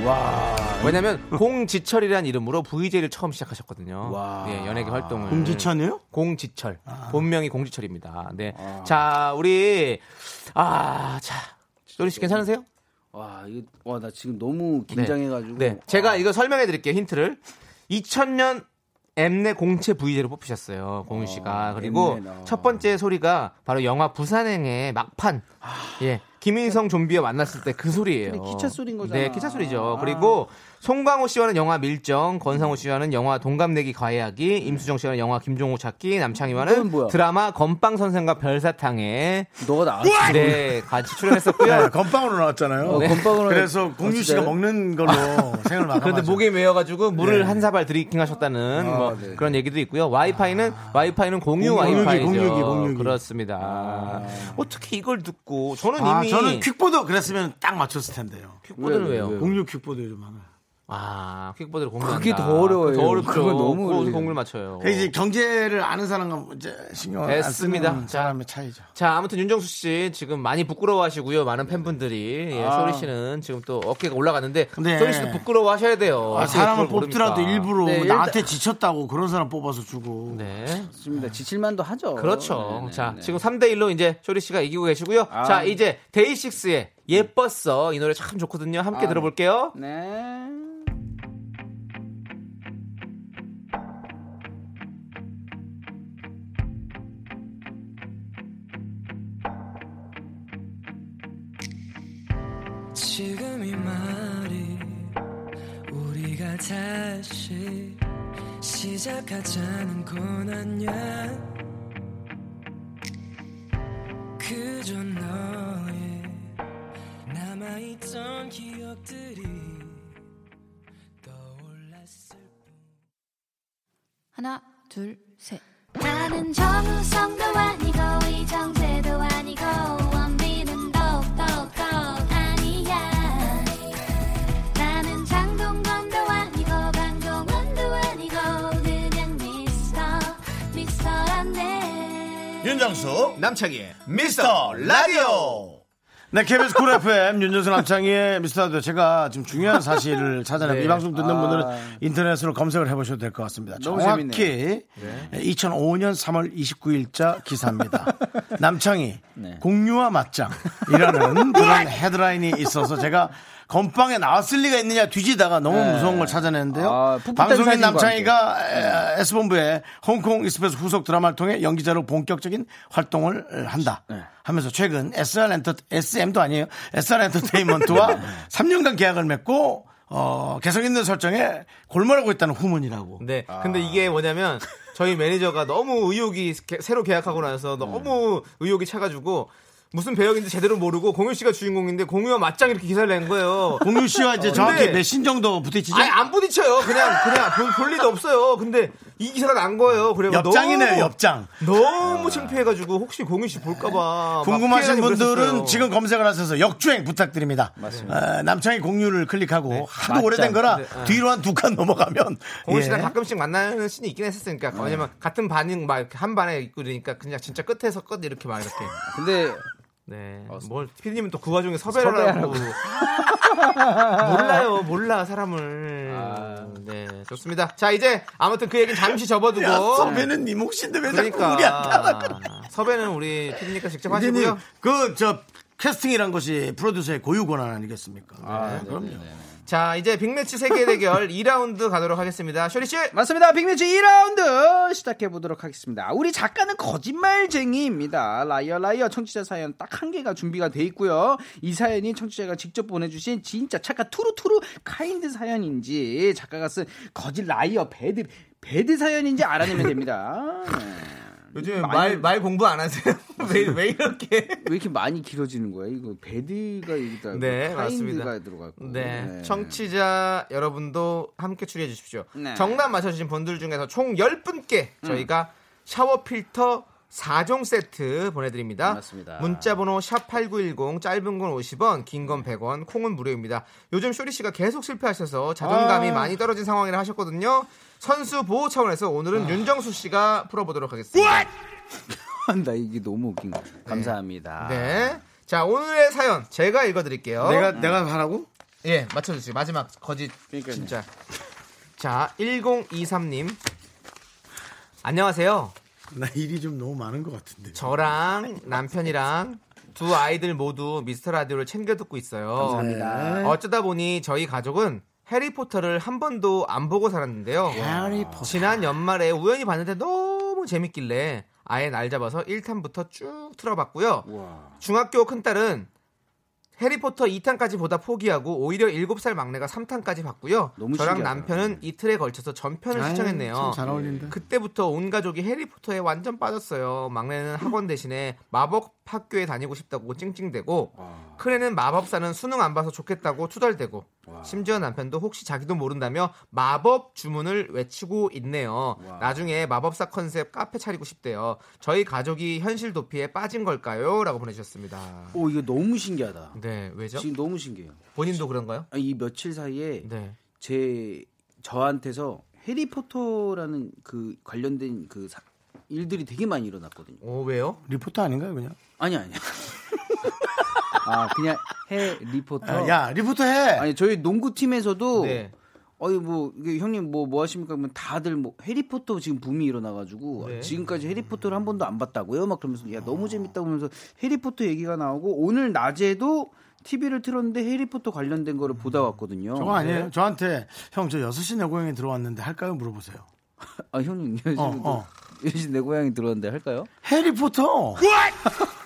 S2: 왜냐면, 공지철이라는 이름으로 VJ를 처음 시작하셨거든요. 예, 연예계 활동을.
S1: 공지천이요?
S2: 공지철. 본명이 공지철입니다. 네. 자, 우리, 아, 자. 조리 씨 괜찮으세요?
S10: 와, 이거, 와, 나 지금 너무 긴장해가지고.
S2: 네. 제가 이거 설명해 드릴게요, 힌트를. 2000년 엠넷 공채 VJ로 뽑히셨어요, 공유 씨가. 그리고
S10: 엠넷, 어.
S2: 첫 번째 소리가 바로 영화 부산행의 막판. 예. 김인성 좀비와 만났을 때 그 소리예요.
S10: 아. 근데 기차 소리인 거잖아.
S2: 네, 기차 소리죠.
S10: 아.
S2: 그리고 송강호 씨와는 영화 밀정, 권상우 씨와는 영화 동갑내기 과외하기, 임수정 씨와는 영화 김종호 찾기,
S10: 네. 이건 뭐야?
S2: 남창희와는 드라마 건빵 선생과 별사탕에
S10: 아, 너가 나.
S2: 네, 같이 출연했었고요.
S1: 건빵으로 나왔잖아요.
S10: 어, 건빵으로
S1: 그래서
S10: 나왔-
S1: 공유 씨가
S10: 아, 진짜요?
S1: 먹는 걸로 생을 막아.
S2: 그런데 목에 메여가지고 물을 한 사발 드리킹하셨다는 뭐 그런 얘기도 있고요. 와이파이는 와이파이는 공유
S1: 공유, 공유기,
S2: 와이파이죠.
S1: 공유기, 공유기.
S2: 그렇습니다. 어떻게 이걸 듣고 저는
S1: 아,
S2: 이미
S1: 저는 퀵보드 그랬으면 딱 맞췄을 텐데요.
S2: 킥보드는 왜요? 어.
S1: 공유 퀵보드 요즘 하나.
S2: 아, 킥보드를 공부한다.
S12: 그게 더 어려워요.
S2: 더 어렵죠.
S12: 그거 너무
S2: 그거 어디
S12: 어려워요.
S2: 공부를 맞춰요.
S1: 그러니까
S12: 그 이제 경제를 아는 사람과 이제 신경 안
S2: 됐습니다.
S12: 쓰는 사람의 차이죠.
S2: 자, 아무튼 윤정수 씨 지금 많이 부끄러워하시고요. 많은 팬분들이 예,
S12: 아.
S2: 소리 씨는 지금 또 어깨가 올라갔는데
S12: 근데
S2: 소리 씨도 부끄러워하셔야 돼요.
S12: 아, 사람을
S2: 그걸
S12: 뽑더라도
S2: 모르니까.
S12: 일부러
S2: 네, 일단-
S12: 나한테 지쳤다고 그런 사람 뽑아서 주고.
S2: 네.
S10: 맞습니다. 지칠만도 하죠.
S1: 어,
S10: 네,
S2: 그렇죠. 자, 지금 3대 1로 이제 쇼리 씨가 이기고 계시고요.
S10: 아.
S1: 네.
S2: 자, 이제 데이식스의 예뻤어 이 노래 참 좋거든요. 함께
S10: 아.
S2: 들어볼게요.
S10: 네.
S9: 지금 이 말이 우리가 다시 시작하자는 건 아니야 그저 너의 남아있던 기억들이 떠올랐을
S13: 하나, 둘, 셋.
S6: 나는 정우성도 아니고 이정재도 아니고 원빈은 더욱더 아니야 나는 장동건도 아니고 강동원도 아니고 그냥 미스터 미스터란데
S1: 윤정수 네. 남창희의 미스터 라디오 네, KBS 쿨 FM 윤정수 남창희의 미스터라디오 제가 지금 중요한 사실을 찾아내고
S12: 네.
S1: 이 방송 듣는
S12: 아.
S1: 분들은 인터넷으로 검색을 해보셔도 될 것 같습니다.
S12: 너무
S1: 정확히
S12: 재밌네요.
S1: 2005년 3월 29일자 기사입니다. 남창희
S12: 네.
S1: 공유와 맞짱이라는 그런 헤드라인이 있어서 제가 건빵에 나왔을 리가 있느냐 뒤지다가 너무
S12: 네.
S1: 무서운 걸 찾아냈는데요.
S12: 풋풋한
S1: 방송인
S12: 사진과
S1: 남창희가 아, 에, S본부의 홍콩 익스프레스 후속 드라마를 통해 연기자로 본격적인 활동을 한다
S2: 네.
S1: 하면서 최근 SR 엔터 SM도 아니에요. SR
S2: 네.
S1: 엔터테인먼트와 3년간 계약을 맺고 어, 개성 있는 설정에 골몰하고 있다는 후문이라고.
S2: 네. 근데 이게 뭐냐면 저희 매니저가 너무 의욕이 개- 새로 계약하고
S1: 음.
S2: 나서 너무 의욕이 차가지고 무슨 배역인지 제대로 모르고 공유 씨가 주인공인데 공유와 맞짱 이렇게 기사를 낸 거예요.
S1: 공유 씨와 이제
S2: 어,
S1: 정확히
S2: 근데-
S1: 몇신 정도 부딪히죠?
S2: 아니 안 부딪혀요. 그냥 그냥 볼, 볼 일도 없어요. 근데 이 기사가 난 거예요. 그래
S1: 옆장이네요, 옆장.
S2: 너무 창피해가지고 혹시 공유 씨 볼까봐 막
S1: 궁금하신
S2: 피해가지고
S1: 분들은
S2: 그랬었어요.
S1: 지금 검색을 하셔서 역주행 부탁드립니다.
S2: 맞습니다. 네.
S1: 어, 남창희 공유를 클릭하고 하도
S2: 맞짱.
S1: 오래된 거라
S2: 네, 아.
S1: 뒤로 한 두 칸 넘어가면
S2: 공유 씨랑
S1: 예. 네.
S2: 가끔씩 만나는 씬이 있긴 했었으니까 왜냐면 같은 반인 막 이렇게 한 반에 있고 그러니까 그냥 진짜 끝에서 끝 이렇게 막 이렇게.
S10: 근데
S2: 네뭘 피디님은 또 그 와중에 섭외를 하고 몰라요 몰라 사람을 네 좋습니다 자 이제 아무튼 그 얘기는 잠시 접어두고
S1: 아.
S2: 그러니까
S1: 야, 섭외는 네 몫인데 왜 자꾸 우리 안 따라 그래.
S2: 섭외는 우리 피디님과 직접
S1: 피디님,
S2: 하시고요
S1: 그 저 캐스팅이란 것이 프로듀서의 고유 권한 아니겠습니까? 네, 그럼요.
S2: 자 이제 빅매치 세계 대결 2라운드 가도록 하겠습니다 쇼리 씨
S10: 맞습니다. 빅매치 1라운드 시작해 보도록 하겠습니다. 우리 작가는 거짓말쟁이입니다. 라이어 라이어 청취자 사연 딱 한 개가 준비가 돼 있고요. 이 사연이 청취자가 직접 보내주신 진짜 착한 투루투루 카인드 사연인지 작가가 쓴 거짓 라이어 배드 배드 사연인지 알아내면 됩니다. 네.
S2: 요즘 말- 말 공부 안 하세요? 왜, 왜 이렇게
S10: 왜 이렇게 많이 길어지는 거야? 이거 배드가 여기다
S2: 네,
S10: 카인드가
S2: 맞습니다.
S10: 들어갔고
S2: 네. 청취자 여러분도 함께 추리해 주십시오.
S10: 네. 음.
S2: 정답 맞춰주신 분들 중에서 총 10분께 저희가 샤워 필터 4종 세트 보내드립니다.
S10: 맞습니다.
S2: 문자번호 샵8910 짧은 건 50원, 긴 건
S10: 네.
S2: 100원, 콩은 무료입니다. 요즘 쇼리 씨가 계속 실패하셔서 자존감이
S10: 아.
S2: 많이 떨어진 상황이라 하셨거든요. 선수 보호 차원에서 오늘은
S10: 아.
S2: 윤정수 씨가 풀어보도록 하겠습니다.
S10: 아, 나 이게 너무 웃긴 거.
S1: 네. 아.
S10: 감사합니다.
S2: 네. 자, 오늘의 사연 제가 읽어 드릴게요. 음.
S10: 내가- 내가
S1: 하라고?
S2: 예, 맞춰 주세요. 마지막 거짓 진짜. 자, 1023님. 안녕하세요.
S1: 나 일이 좀 너무 많은 것 같은데.
S2: 저랑 남편이랑 두 아이들 모두 미스터 라디오를 챙겨 듣고 있어요. 네.
S1: 감사합니다.
S2: 어쩌다 보니 저희 가족은 해리포터를 한 번도 안 보고 살았는데요. 지난 연말에 우연히 봤는데 너무 재밌길래 아예 날 잡아서 1탄부터 쭉 틀어봤고요. 중학교 큰딸은 해리포터 2탄까지 보다 포기하고 오히려 7살 막내가 3탄까지 봤고요.
S1: 너무 신기하다.
S2: 저랑
S1: 네.
S2: 남편은 이틀에 걸쳐서 전편을
S1: 아유,
S2: 시청했네요.
S1: 참잘 어울린다.
S2: 그때부터 온 가족이 해리포터에 완전 빠졌어요. 막내는 학원 대신에 마법 학교에 다니고 싶다고 찡찡대고 큰애는 마법사는 수능 안 봐서 좋겠다고 투덜대고 심지어 남편도 혹시 자기도 모른다며 마법 주문을 외치고 있네요. 나중에 마법사 컨셉 카페 차리고 싶대요. 저희 가족이 현실 도피에 빠진 걸까요? 라고 보내주셨습니다.
S10: 오 이거 너무 신기하다.
S2: 네, 왜죠?
S10: 지금 너무 신기해요.
S2: 본인도 그런가요?
S1: 네.
S2: 네.
S10: 아, 이 며칠 사이에 제 저한테서 해리포터라는 그 관련된 그 사- 일들이 되게 많이 일어났거든요.
S2: 어 왜요?
S1: 리포터 아닌가요 그냥?
S10: 아니 아니. 아 그냥 해 리포터.
S1: 아, 야, 리포터 해. 아니
S10: 저희 농구팀에서도
S1: 네.
S10: 어이 뭐 이게 형님 뭐 뭐 하십니까? 그러면 다들 뭐 해리포터 지금 붐이 일어나가지고
S1: 네.
S10: 지금까지 해리포터를 한 번도 안 봤다고요? 막 그러면서 야
S2: 아.
S10: 너무 재밌다 그러면서 해리포터 얘기가 나오고 오늘 낮에도 TV를 틀었는데 해리포터 관련된 거를 보다 왔거든요.
S1: 저거 아니에요.
S10: 네.
S1: 저한테 형 저 6시 내 고향에 들어왔는데 할까요? 물어보세요.
S10: 아 형님
S1: 어, 어.
S10: 여신 내 고향이 들어왔는데 할까요?
S1: 해리포터.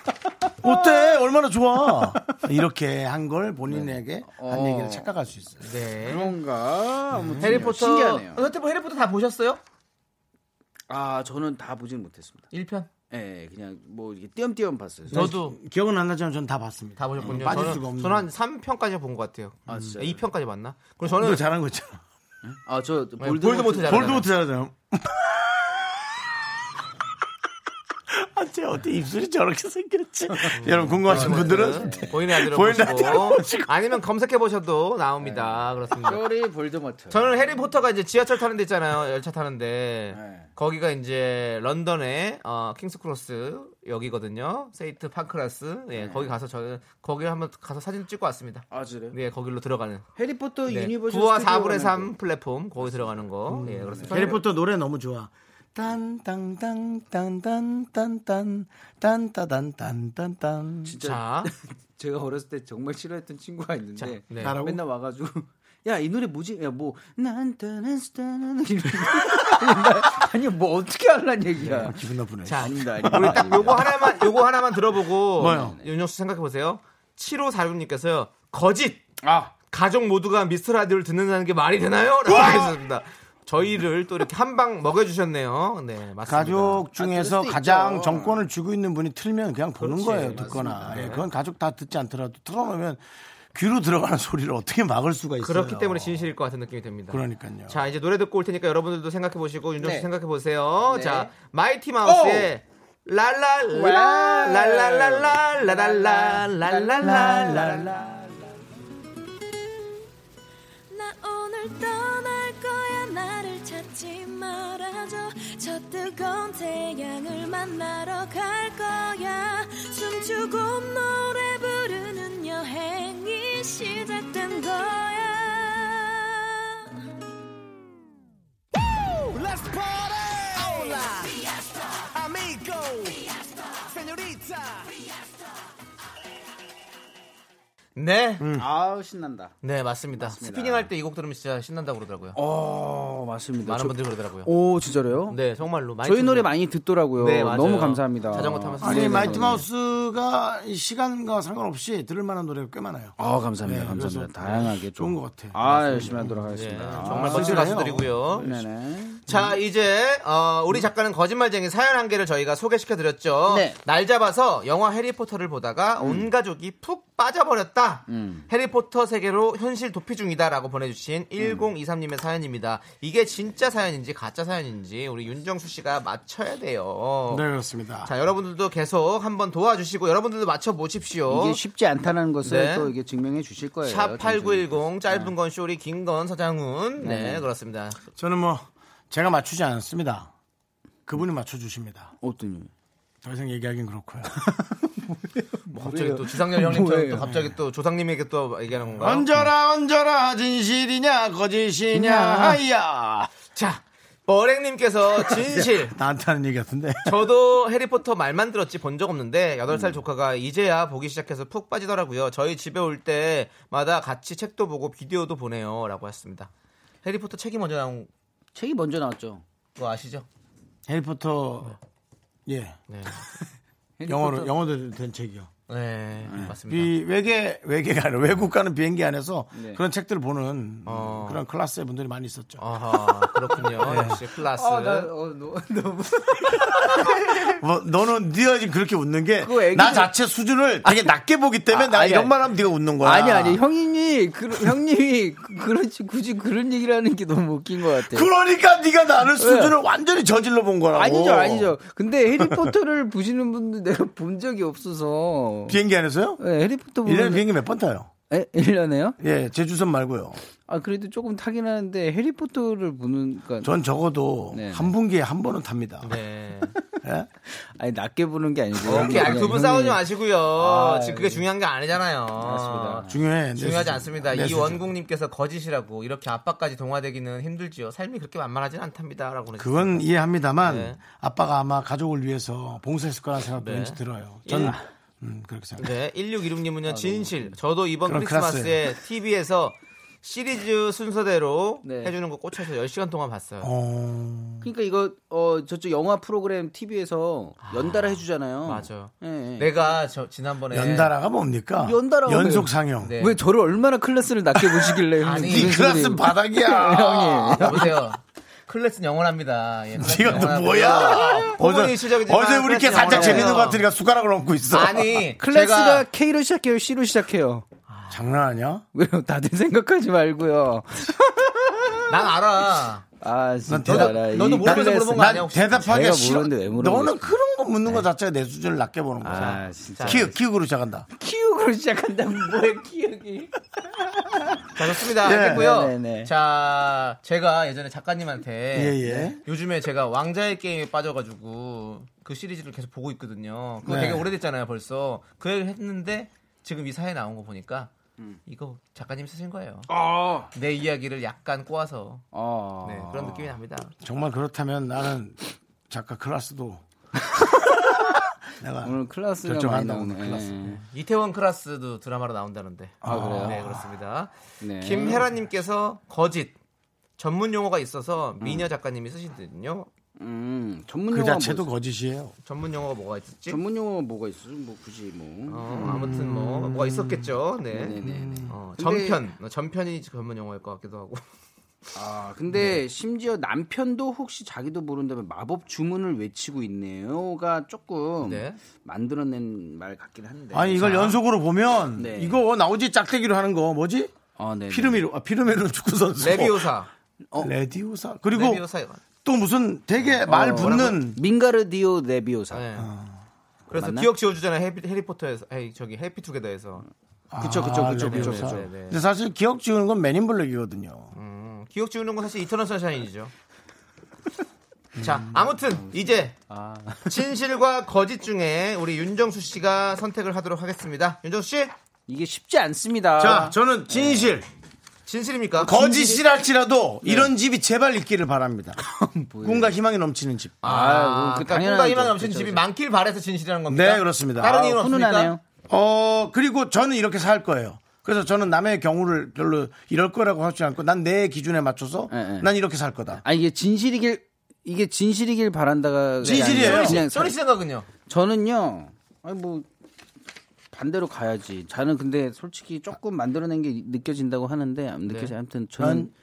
S1: 어때? 얼마나 좋아? 이렇게 한 걸 본인에게 한
S10: 어.
S1: 얘기를 착각할 수 있어요.
S2: 네.
S10: 그런가? 아무튼
S2: 해리포터
S10: 신기하네요.
S2: 어때 뭐 해리포터 다 보셨어요?
S10: 아 저는 다 보진 못했습니다.
S2: 1편?
S10: 예, 네, 그냥 뭐 이게 띄엄띄엄 봤어요.
S1: 기억은 안 나지만 저는 다 봤습니다.
S2: 다
S10: 음,
S2: 보셨군요.
S1: 빠질
S2: 저는,
S1: 수가 없는.
S2: 저는 한 3편까지 본 것 같아요. 아,
S10: 진짜요?
S2: 2편까지 봤나? 그럼
S1: 너
S2: 저는
S1: 잘한 거 있잖아.
S10: 아저
S2: 네, 볼드모트 볼드모트 잘하잖아요.
S1: 볼드모트 잘하잖아요. 아, 쟤 어떻게 입술이 저렇게 생겼지? 여러분
S2: 네.
S1: 궁금하신 분들은
S2: 보이는 아들을
S1: 보이는 아들을 네.
S2: 보시고 아니면 검색해 보셔도 나옵니다. 그렇습니다.
S10: 쇼리 볼드모트.
S2: 저는 해리포터가 이제 지하철 타는 데 있잖아요. 열차 타는데
S10: 네.
S2: 거기가 이제 런던의 어, 킹스크로스 역이거든요. 세이트 파크라스.
S10: 네.
S2: 예, 거기 가서 저는 거기 한번 가서 사진 찍고 왔습니다.
S10: 아 그래요?
S2: 네, 거길로 들어가는.
S10: 해리포터
S2: 네,
S10: 유니버셜 음.
S2: 9와
S10: 스튜디오라는
S2: 4분의 3
S10: 거.
S2: 플랫폼 거기 들어가는 거. 예, 그렇습니다.
S1: 해리포터 노래 너무 좋아. 딴딴딴딴딴딴딴딴딴딴딴
S2: 자.
S10: 제가 어렸을 때 정말 싫어했던 친구가 있는데
S2: 네.
S1: 나라고?
S10: 맨날 와가지고 야 이 노래 뭐지? 야뭐난 따난스타난 아니 뭐 어떻게 하려는 얘기야?
S1: 기분 나쁘네.
S2: 자,
S10: 아닙니다.
S2: 우리 딱
S10: 아닙니다.
S2: 요거 하나만 요거 하나만 들어보고
S1: 뭐요?
S2: 윤정수 생각해 보세요. 7호 46님께서요. 거짓.
S1: 아.
S2: 가족 모두가 미스터 라디오를 듣는다는 게 말이 되나요? 라고 하셨습니다. 저희를 또 이렇게 한 방 먹여 주셨네요. 네, 맞습니다.
S1: 가족 중에서
S10: 아, 그럴 수도
S1: 가장
S10: 있죠.
S1: 정권을 쥐고 있는 분이 틀면 그냥 보는
S2: 그렇지,
S1: 거예요 듣거나
S2: 맞습니다. 네.
S1: 예, 그건 가족 다 듣지 않더라도 틀어놓으면 귀로 들어가는 소리를 어떻게 막을 수가 있어요
S2: 그렇기 때문에 진실일 것 같은 느낌이 듭니다.
S1: 그러니까요
S2: 자, 이제 노래 듣고 올 테니까 여러분들도 생각해 보시고 윤정수
S10: 네.
S2: 생각해 보세요.
S10: 네.
S2: 자, 마이티 마우스의 랄랄라 랄랄랄라 랄랄라 랄랄라
S6: 나 오늘 떠날 거야 나를 찾지 말아줘 저 뜨거운 태양을 만나러 갈 거야 춤추고 노래 부르는 여행이 시작된 거야
S2: 네.
S1: 음.
S10: 음. 아우 신난다.
S2: 네, 맞습니다.
S10: 맞습니다.
S2: 스피닝 할 때 이 곡 들으면 진짜 신난다고 그러더라고요.
S10: 어 맞습니다.
S2: 많은
S10: 저-
S2: 분들이 그러더라고요.
S10: 오 진짜로요?
S2: 네, 정말로 많이
S10: 저희
S2: 듣는-
S10: 노래 많이 듣더라고요.
S2: 네, 맞아요.
S10: 너무 감사합니다.
S2: 자전거 타면서
S1: 아니
S10: 네,
S1: 마이트
S10: 네.
S1: 마우스가 이 시간과 상관없이 들을 만한 노래가 꽤 많아요
S10: 아 감사합니다.
S1: 네,
S10: 감사합니다.
S1: 그래서
S10: 다양하게 좀.
S1: 좋은 것 같아요
S10: 아 열심히 하도록
S2: 네,
S10: 하겠습니다. 아,
S2: 정말 멋진
S1: 아,
S2: 가수들이고요.
S10: 네네. 음.
S2: 자, 이제 어, 우리 작가는 거짓말쟁이 사연 한 개를 저희가 소개시켜 드렸죠.
S10: 네. 음.
S2: 날 잡아서 영화 해리포터를 보다가 온 가족이 푹 빠져버렸다. 해리포터 세계로 현실 도피 중이다라고 보내주신
S10: 음.
S2: 1023님의 사연입니다. 이게 진짜 사연인지 가짜 사연인지 우리 윤정수 씨가 맞춰야 돼요.
S1: 네 그렇습니다
S2: 어. 자, 여러분들도 계속 한번 도와주시고 여러분들도 맞춰 보십시오.
S10: 이게 쉽지 않다는 것을
S2: 어? 네.
S10: 또 이게 네. 증명해 주실 거예요.
S2: 샵8910 짧은 건 쇼리 긴 건 서장훈 네, 그렇습니다
S1: 저는 뭐 제가 맞추지 않습니다 그분이 맞춰주십니다
S10: 어떤
S1: 더 이상 얘기하긴 그렇고요
S2: 갑자기 또 지상렬 형님처럼
S10: 뭐예요? 네.
S2: 또 갑자기 또 조상님에게 또 얘기하는 건가요?
S1: 얹어라 얹어라 진실이냐 거짓이냐 하야
S2: 자 버랭님께서 진실
S1: 나한테 하는 얘기 같은데
S2: 저도 해리포터 말만 들었지 본 적 없는데 8살
S10: 음.
S2: 조카가 이제야 보기 시작해서 푹 빠지더라고요 저희 집에 올 때마다 같이 책도 보고 비디오도 보내요 라고 했습니다 해리포터 책이 먼저 나온
S10: 책이 먼저 나왔죠.
S2: 거 아시죠?
S1: 해리포터 예
S2: 네,
S1: 영어로 영어로 된 책이요.
S2: 네, 맞습니다
S1: 이 외계 외계가 아니라 외국 가는 비행기 안에서
S10: 네.
S1: 그런 책들을 보는
S2: 어.
S1: 그런 클래스의 분들이 많이 있었죠.
S2: 아하
S10: 네.
S2: 그렇군요 역시 클라스
S10: 아, 어, 너무
S1: 뭐, 너는 네가 지금 그렇게 웃는 게
S10: 그거 애기들-
S1: 나 자체 수준을 되게 낮게 보기 때문에
S10: 아,
S1: 나
S10: 아니,
S1: 이런
S10: 아니.
S1: 말 하면 네가 웃는 거야.
S10: 아니 아니 형님이 그, 형님이 그- 그렇지 굳이 그런 얘기를 하는 게 너무 웃긴 것 같아요.
S1: 그러니까 네가 나를 수준을 완전히 저질러 본 거라고.
S10: 아니죠 아니죠. 근데 해리포터를 보시는 분들 내가 본 적이 없어서
S1: 비행기 안에서요?
S10: 네, 해리포터
S1: 일년에
S10: 보면
S1: 비행기 몇 번 타요?
S10: 예? 1년에요?
S1: 예, 제주선 말고요.
S10: 아, 그래도 조금 타긴 하는데 해리포터를 보는 그러니까
S1: 전 적어도
S10: 네.
S1: 한 분기에 한 번은 탑니다.
S2: 네.
S1: 예?
S10: 아니 낮게 보는 게 아니고
S2: 어, 오케이,
S10: 그냥
S2: 두분
S10: 형님.
S2: 싸우지 마시고요.
S10: 아,
S2: 지금
S1: 예.
S2: 그게 중요한 게 아니잖아요.
S1: 중요해.
S2: 중요하지 않습니다.
S1: 내 수준.
S2: 이원국님께서 거짓이라고 이렇게 아빠까지 동화되기는 힘들지요. 삶이 그렇게 만만하진 않답니다라고.
S1: 그건 이해합니다만
S2: 네.
S1: 아빠가 아마 가족을 위해서 봉사했을 거라는 생각도
S2: 네.
S1: 왠지 들어요. 저는
S2: 예.
S1: 음, 그렇게 생각해요.
S2: 네, 1616님은요, 진실. 저도 이번
S1: 그럼
S2: 크리스마스에 TV에서 시리즈 순서대로
S10: 네.
S2: 해주는 거 꽂혀서 10시간 동안 봤어요.
S1: 어...
S10: 그러니까 이거 어 저쪽 영화 프로그램 TV에서 연달아 해주잖아요.
S2: 맞아.
S10: 예, 예.
S2: 내가 저 지난번에
S1: 연달아가 뭡니까?
S10: 연달아가
S1: 네. 연속
S10: 뭐예요?
S1: 상영.
S2: 네.
S10: 왜 저를 얼마나 클래스를 낮게 보시길래 형님
S2: 아니,
S10: 이런
S1: 이 클래스
S10: 소리-
S1: 바닥이야.
S10: 형님.
S2: 여보세요. 클래스는 영원합니다. 예, 클래스는
S1: 네가 또
S2: 영원하고요.
S1: 뭐야?
S2: 부모님
S1: 어제,
S2: 실적이지만
S1: 어제 우리 이렇게
S2: 클래스는
S1: 살짝 재밌는
S2: 영원해요.
S1: 것 같으니까 숟가락을 얹고 있어.
S2: 아니,
S10: 클래스가
S2: 제가-
S10: K로 시작해요, C로 시작해요.
S1: 장난 아니야?
S10: 왜요? 다들 생각하지 말고요.
S2: 난 알아.
S10: 아 진짜
S1: 대답-
S10: 알아. 이
S2: 너도 모르면서
S10: 클래스-
S2: 물어본 거 아니야,
S1: 난
S2: 혹시?
S1: 대답하기
S10: 제가
S1: 싫어.
S10: 모르는데 왜 물어보겠어?
S1: 너는 그런 거 묻는 거 자체가 내 수준을 낮게 보는 거야.
S10: 아 진짜
S1: 키읔, 키읔으로 시작한다.
S10: 키우고 시작한다고 뭐야 키우기?
S2: 자, 좋습니다.
S1: 네.
S2: 알겠고요.
S10: 네, 네, 네.
S2: 자, 제가 예전에 작가님한테
S1: 예, 예.
S2: 요즘에 제가 왕자의 게임에 빠져가지고 그 시리즈를 계속 보고 있거든요. 그거
S1: 네.
S2: 되게 오래됐잖아요, 벌써. 그 얘기를 했는데 지금 이 사에 나온 거 보니까 이거 작가님 쓰신 거예요. 내 이야기를 약간 꼬아서
S10: 어.
S2: 네, 그런 느낌이 납니다.
S1: 정말 그렇다면 나는 작가 클라스도 내가
S10: 오늘 클래스가 많이
S1: 결정한다,
S10: 나오네.
S1: 오늘 클래스.
S2: 이태원 클라스도 드라마로 나온다는데.
S10: 아, 그래요?
S2: 네, 그렇습니다.
S10: 네.
S2: 김혜라님께서 거짓 전문 용어가 있어서 미녀 작가님이 쓰시거든요.
S10: 음, 전문
S1: 그
S10: 용어
S1: 자체도
S10: 뭐,
S1: 거짓이에요.
S2: 전문 용어가 뭐가 있었지?
S10: 전문 용어 뭐가 있어? 뭐 굳이 뭐.
S2: 어, 아무튼 뭐 뭐가 있었겠죠. 네.
S10: 네네네.
S2: 어,
S10: 근데-
S2: 전편 어, 전편이 전문 용어일 것 같기도 하고.
S10: 아,
S2: 네.
S10: 근데 심지어 남편도 혹시 자기도 모른다면 마법 주문을 외치고 있네요가 조금
S2: 네.
S10: 만들어낸 말 같긴 한데.
S1: 아니 이걸 연속으로 보면
S10: 네.
S1: 이거 나오지 짝대기로 하는 거 뭐지?
S10: 어, 네.
S1: 피르미로 아, 피르메로 축구 선수. 어,
S2: 레비오사.
S1: 레디오사. 그리고
S2: 레비오사.
S1: 또 무슨
S10: 어,
S1: 되게 말 붙는
S10: 민가르디오 레비오사.
S2: 어, 네. 그래서
S10: 아, 맞나?
S2: 기억 지워주잖아요. 해피, 해리포터에서 아니, 저기 해피투게더에서
S10: 그쵸, 그쵸, 그쵸, 그쵸,
S1: 아, 레디오사.
S10: 그쵸.
S2: 네, 네.
S1: 근데 사실 기억 지우는 건 맨인블랙이거든요.
S2: 음, 기억 지우는 건 사실 이터널 선샤인이죠.
S10: 음.
S2: 자, 아무튼 이제 진실과 거짓 중에 우리 윤정수 씨가 선택을 하도록 하겠습니다. 윤정수 씨,
S10: 이게 쉽지 않습니다.
S1: 자, 저는 진실
S2: 진실입니까?
S1: 거짓이랄지라도
S2: 네.
S1: 이런 집이 제발 있기를 바랍니다. 꿈과 희망이 넘치는 집.
S10: 아,
S2: 아,
S10: 그
S2: 그러니까 꿈과 희망 넘치는 집이 많길 바래서 진실이라는 겁니다.
S1: 그렇죠, 네, 그렇습니다.
S2: 다른
S1: 아,
S2: 이유는
S10: 훈훈하네요.
S2: 없습니까?
S1: 어 그리고 저는 이렇게 살 거예요. 그래서 저는 남의 경우를 별로 이럴 거라고 하지 않고 난 내 기준에 맞춰서
S10: 예, 예.
S1: 난 이렇게 살 거다.
S10: 아, 이게 진실이길 이게 진실이길 바란다가
S1: 진실이에요.
S10: 아니라
S2: 소리
S10: 그냥
S2: 씨, 소리 씨 생각은요?
S10: 저는요. 아니 뭐 반대로 가야지. 저는 근데 솔직히 조금 만들어낸 게 느껴진다고 하는데 안 느껴지.
S2: 네.
S10: 아무튼 저는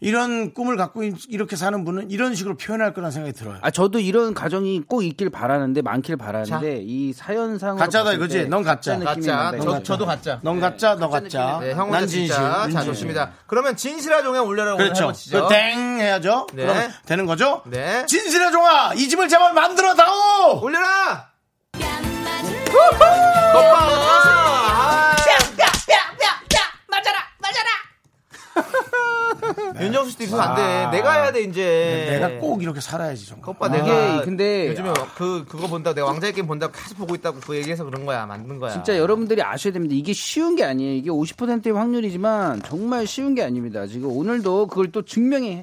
S1: 이런 꿈을 갖고 있- 이렇게 사는 분은 이런 식으로 표현할 거라는 생각이 들어요.
S10: 아 저도 이런 가정이 꼭 있길 바라는데 많길 바라는데 이 사연상
S1: 가짜다 이거지? 넌 가짜.
S2: 가짜. 저, 저도 가짜.
S1: 넌 가짜, 너 가짜.
S2: 네, 형
S1: 난
S2: 혼자
S1: 진실.
S2: 진짜. 자,
S1: 윤진실.
S2: 좋습니다. 그러면 진실아 종의 올려라고
S1: 그렇죠.
S2: 해보시죠.
S1: 그 땡 해야죠.
S2: 네.
S1: 그럼 되는 거죠?
S2: 네.
S1: 진실의 종아, 이 집을 제발 만들어 다오!
S2: 올려라! 거봐! 윤정수 씨도 있으면 안 돼. 내가 해야 돼, 이제.
S1: 아. 내가 꼭 이렇게 살아야지, 정말.
S2: 오빠 내가
S10: 이게 근데-
S2: 요즘에 그 그거 본다 내가 왕자의 게임 본다고 계속 보고 있다고 그 얘기해서 그런 거야 만든 거야
S10: 진짜 여러분들이 아셔야 됩니다. 이게 쉬운 게 아니에요. 이게 50%의 확률이지만 정말 쉬운 게 아닙니다. 지금 오늘도 그걸 또 증명이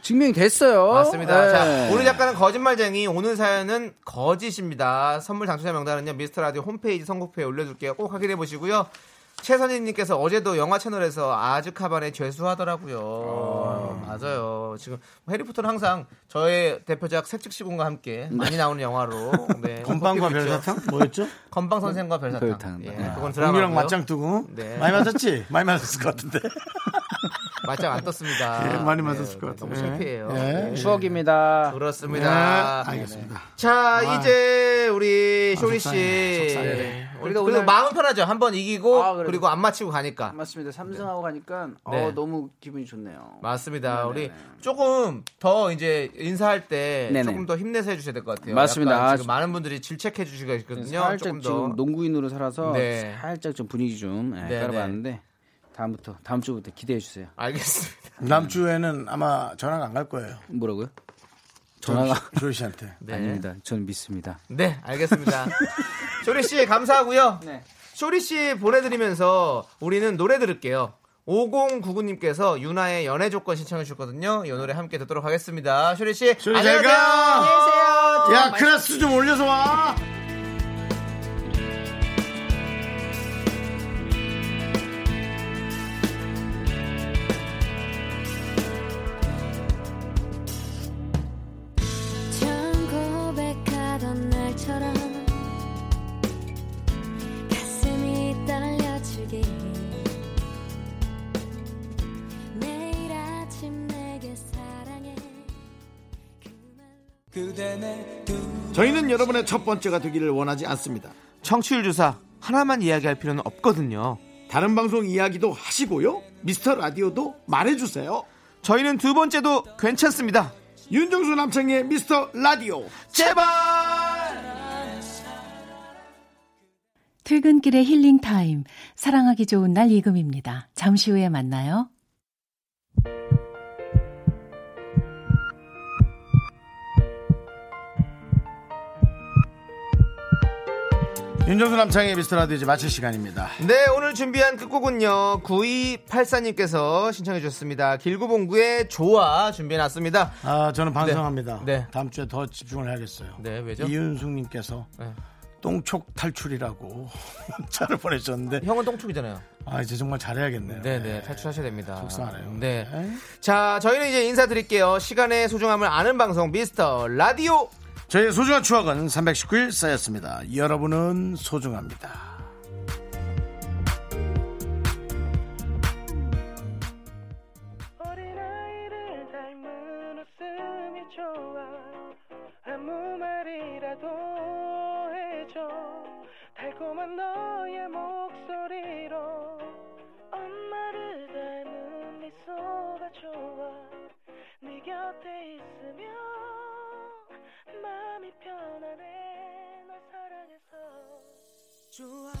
S10: 증명이 됐어요.
S2: 맞습니다.
S1: 네.
S10: 예.
S2: 자, 오늘 작가는 거짓말쟁이, 오늘 사연은 거짓입니다. 선물 당첨자 명단은요, 미스터 라디오 홈페이지 선곡표에 올려둘게요. 꼭 확인해 보시고요. 최선희님께서 어제도 영화 채널에서 아즈카반에 죄수하더라고요.
S1: 어.
S2: 맞아요. 지금 해리포터는 항상 저의 대표작 색즉시공과 함께 많이 나오는 영화로 네,
S1: 네. 건빵과
S2: 뽑히고 있죠.
S1: 별사탕? 아, 뭐였죠?
S2: 건빵 선생과 별사탕.
S10: 별탕.
S2: 예,
S10: 네.
S2: 그건 드라마.
S1: 공기랑 맞짱 뜨고.
S2: 네.
S1: 많이 맞았지? 많이 맞았을 것 같은데.
S2: 맞짱 안 떴습니다.
S1: 예, 많이
S2: 네,
S1: 맞았을 것 같아요.
S2: 너무 창피해요. 네.
S10: 추억입니다.
S2: 아, 그렇습니다.
S1: 네, 알겠습니다.
S2: 자,
S1: 아.
S2: 이제 우리
S1: 아,
S2: 쇼리 씨.
S1: 속상해, 속상해.
S2: 네. 우리가
S10: 그날-
S2: 오늘 마음 편하죠. 한번 이기고
S10: 아, 그래도-
S2: 그리고 안 맞히고 가니까.
S10: 맞습니다. 삼승하고 가니까
S2: 네.
S10: 어, 너무 기분이 좋네요.
S2: 맞습니다.
S10: 네네네.
S2: 우리 조금 더 이제 인사할 때
S10: 네네.
S2: 조금 더 힘내서 해주셔야 될 것 같아요.
S10: 맞습니다.
S2: 약간 지금 많은 분들이 질책해 주시고 있거든요.
S10: 살짝
S2: 조금
S10: 지금
S2: 더.
S10: 농구인으로 살아서
S2: 네.
S10: 살짝 좀 분위기 좀 예,
S2: 네네.
S10: 깔아봤는데 다음부터 다음 주부터 기대해 주세요.
S2: 알겠습니다.
S1: 다음 주에는 아마 전화가 안 갈 거예요.
S10: 뭐라고요?
S1: 전화가
S10: 전화가
S1: 조리 씨한테.
S2: 네.
S10: 아닙니다. 전 믿습니다.
S2: 네, 알겠습니다. 쇼리 씨 감사하고요.
S10: 네.
S2: 쇼리 씨 보내드리면서 우리는 노래 들을게요. 5099님께서 유나의 연애 조건 신청해 주셨거든요. 이 노래 함께 듣도록 하겠습니다. 쇼리 씨,
S1: 쇼리
S2: 안녕히
S1: 잘
S2: 가세요.
S1: 가.
S2: 아, 안녕히 계세요.
S1: 야, 크라스 좀 올려서 와.
S6: 처음 고백하던 날처럼 가슴이 떨려주길 매일 아침 내게 사랑해
S1: 저희는 여러분의 첫 번째가 되기를 원하지 않습니다.
S2: 청취율 조사 하나만 이야기할 필요는 없거든요.
S1: 다른 방송 이야기도 하시고요. 미스터 라디오도 말해주세요.
S2: 저희는 두 번째도 괜찮습니다.
S1: 윤정수 남창의 미스터 라디오.
S2: 제발!
S14: 퇴근길의 힐링 타임. 사랑하기 좋은 날 이금입니다. 잠시 후에 만나요.
S1: 윤정수 남창의 미스터 라디오 이제 마칠 시간입니다.
S2: 네, 오늘 준비한 끝곡은요. 9284님께서 신청해 주셨습니다. 길구봉구의 좋아 준비해 놨습니다.
S1: 아, 저는 반성합니다.
S2: 네.
S1: 다음 주에 더 집중을 해야겠어요.
S2: 네, 왜죠?
S1: 이윤숙님께서
S2: 네.
S1: 똥촉 탈출이라고 문자를 보내셨는데
S2: 형은 똥촉이잖아요.
S1: 아 이제 정말 잘해야겠네요.
S2: 네, 네. 탈출하셔야 됩니다.
S1: 속상하네요.
S2: 네.
S1: 네.
S2: 자, 저희는 이제 인사드릴게요. 시간의 소중함을 아는 방송 미스터 라디오.
S1: 저희의 소중한 추억은 319일 쌓였습니다. 여러분은 소중합니다.
S9: 어린아이를 닮은 웃음이 좋아 아무 말이라도 해줘 달콤한 너의 목소리로 엄마를 닮은 미소가 좋아 네 곁에 있으면 마음이 편안해 널 사랑해서 좋아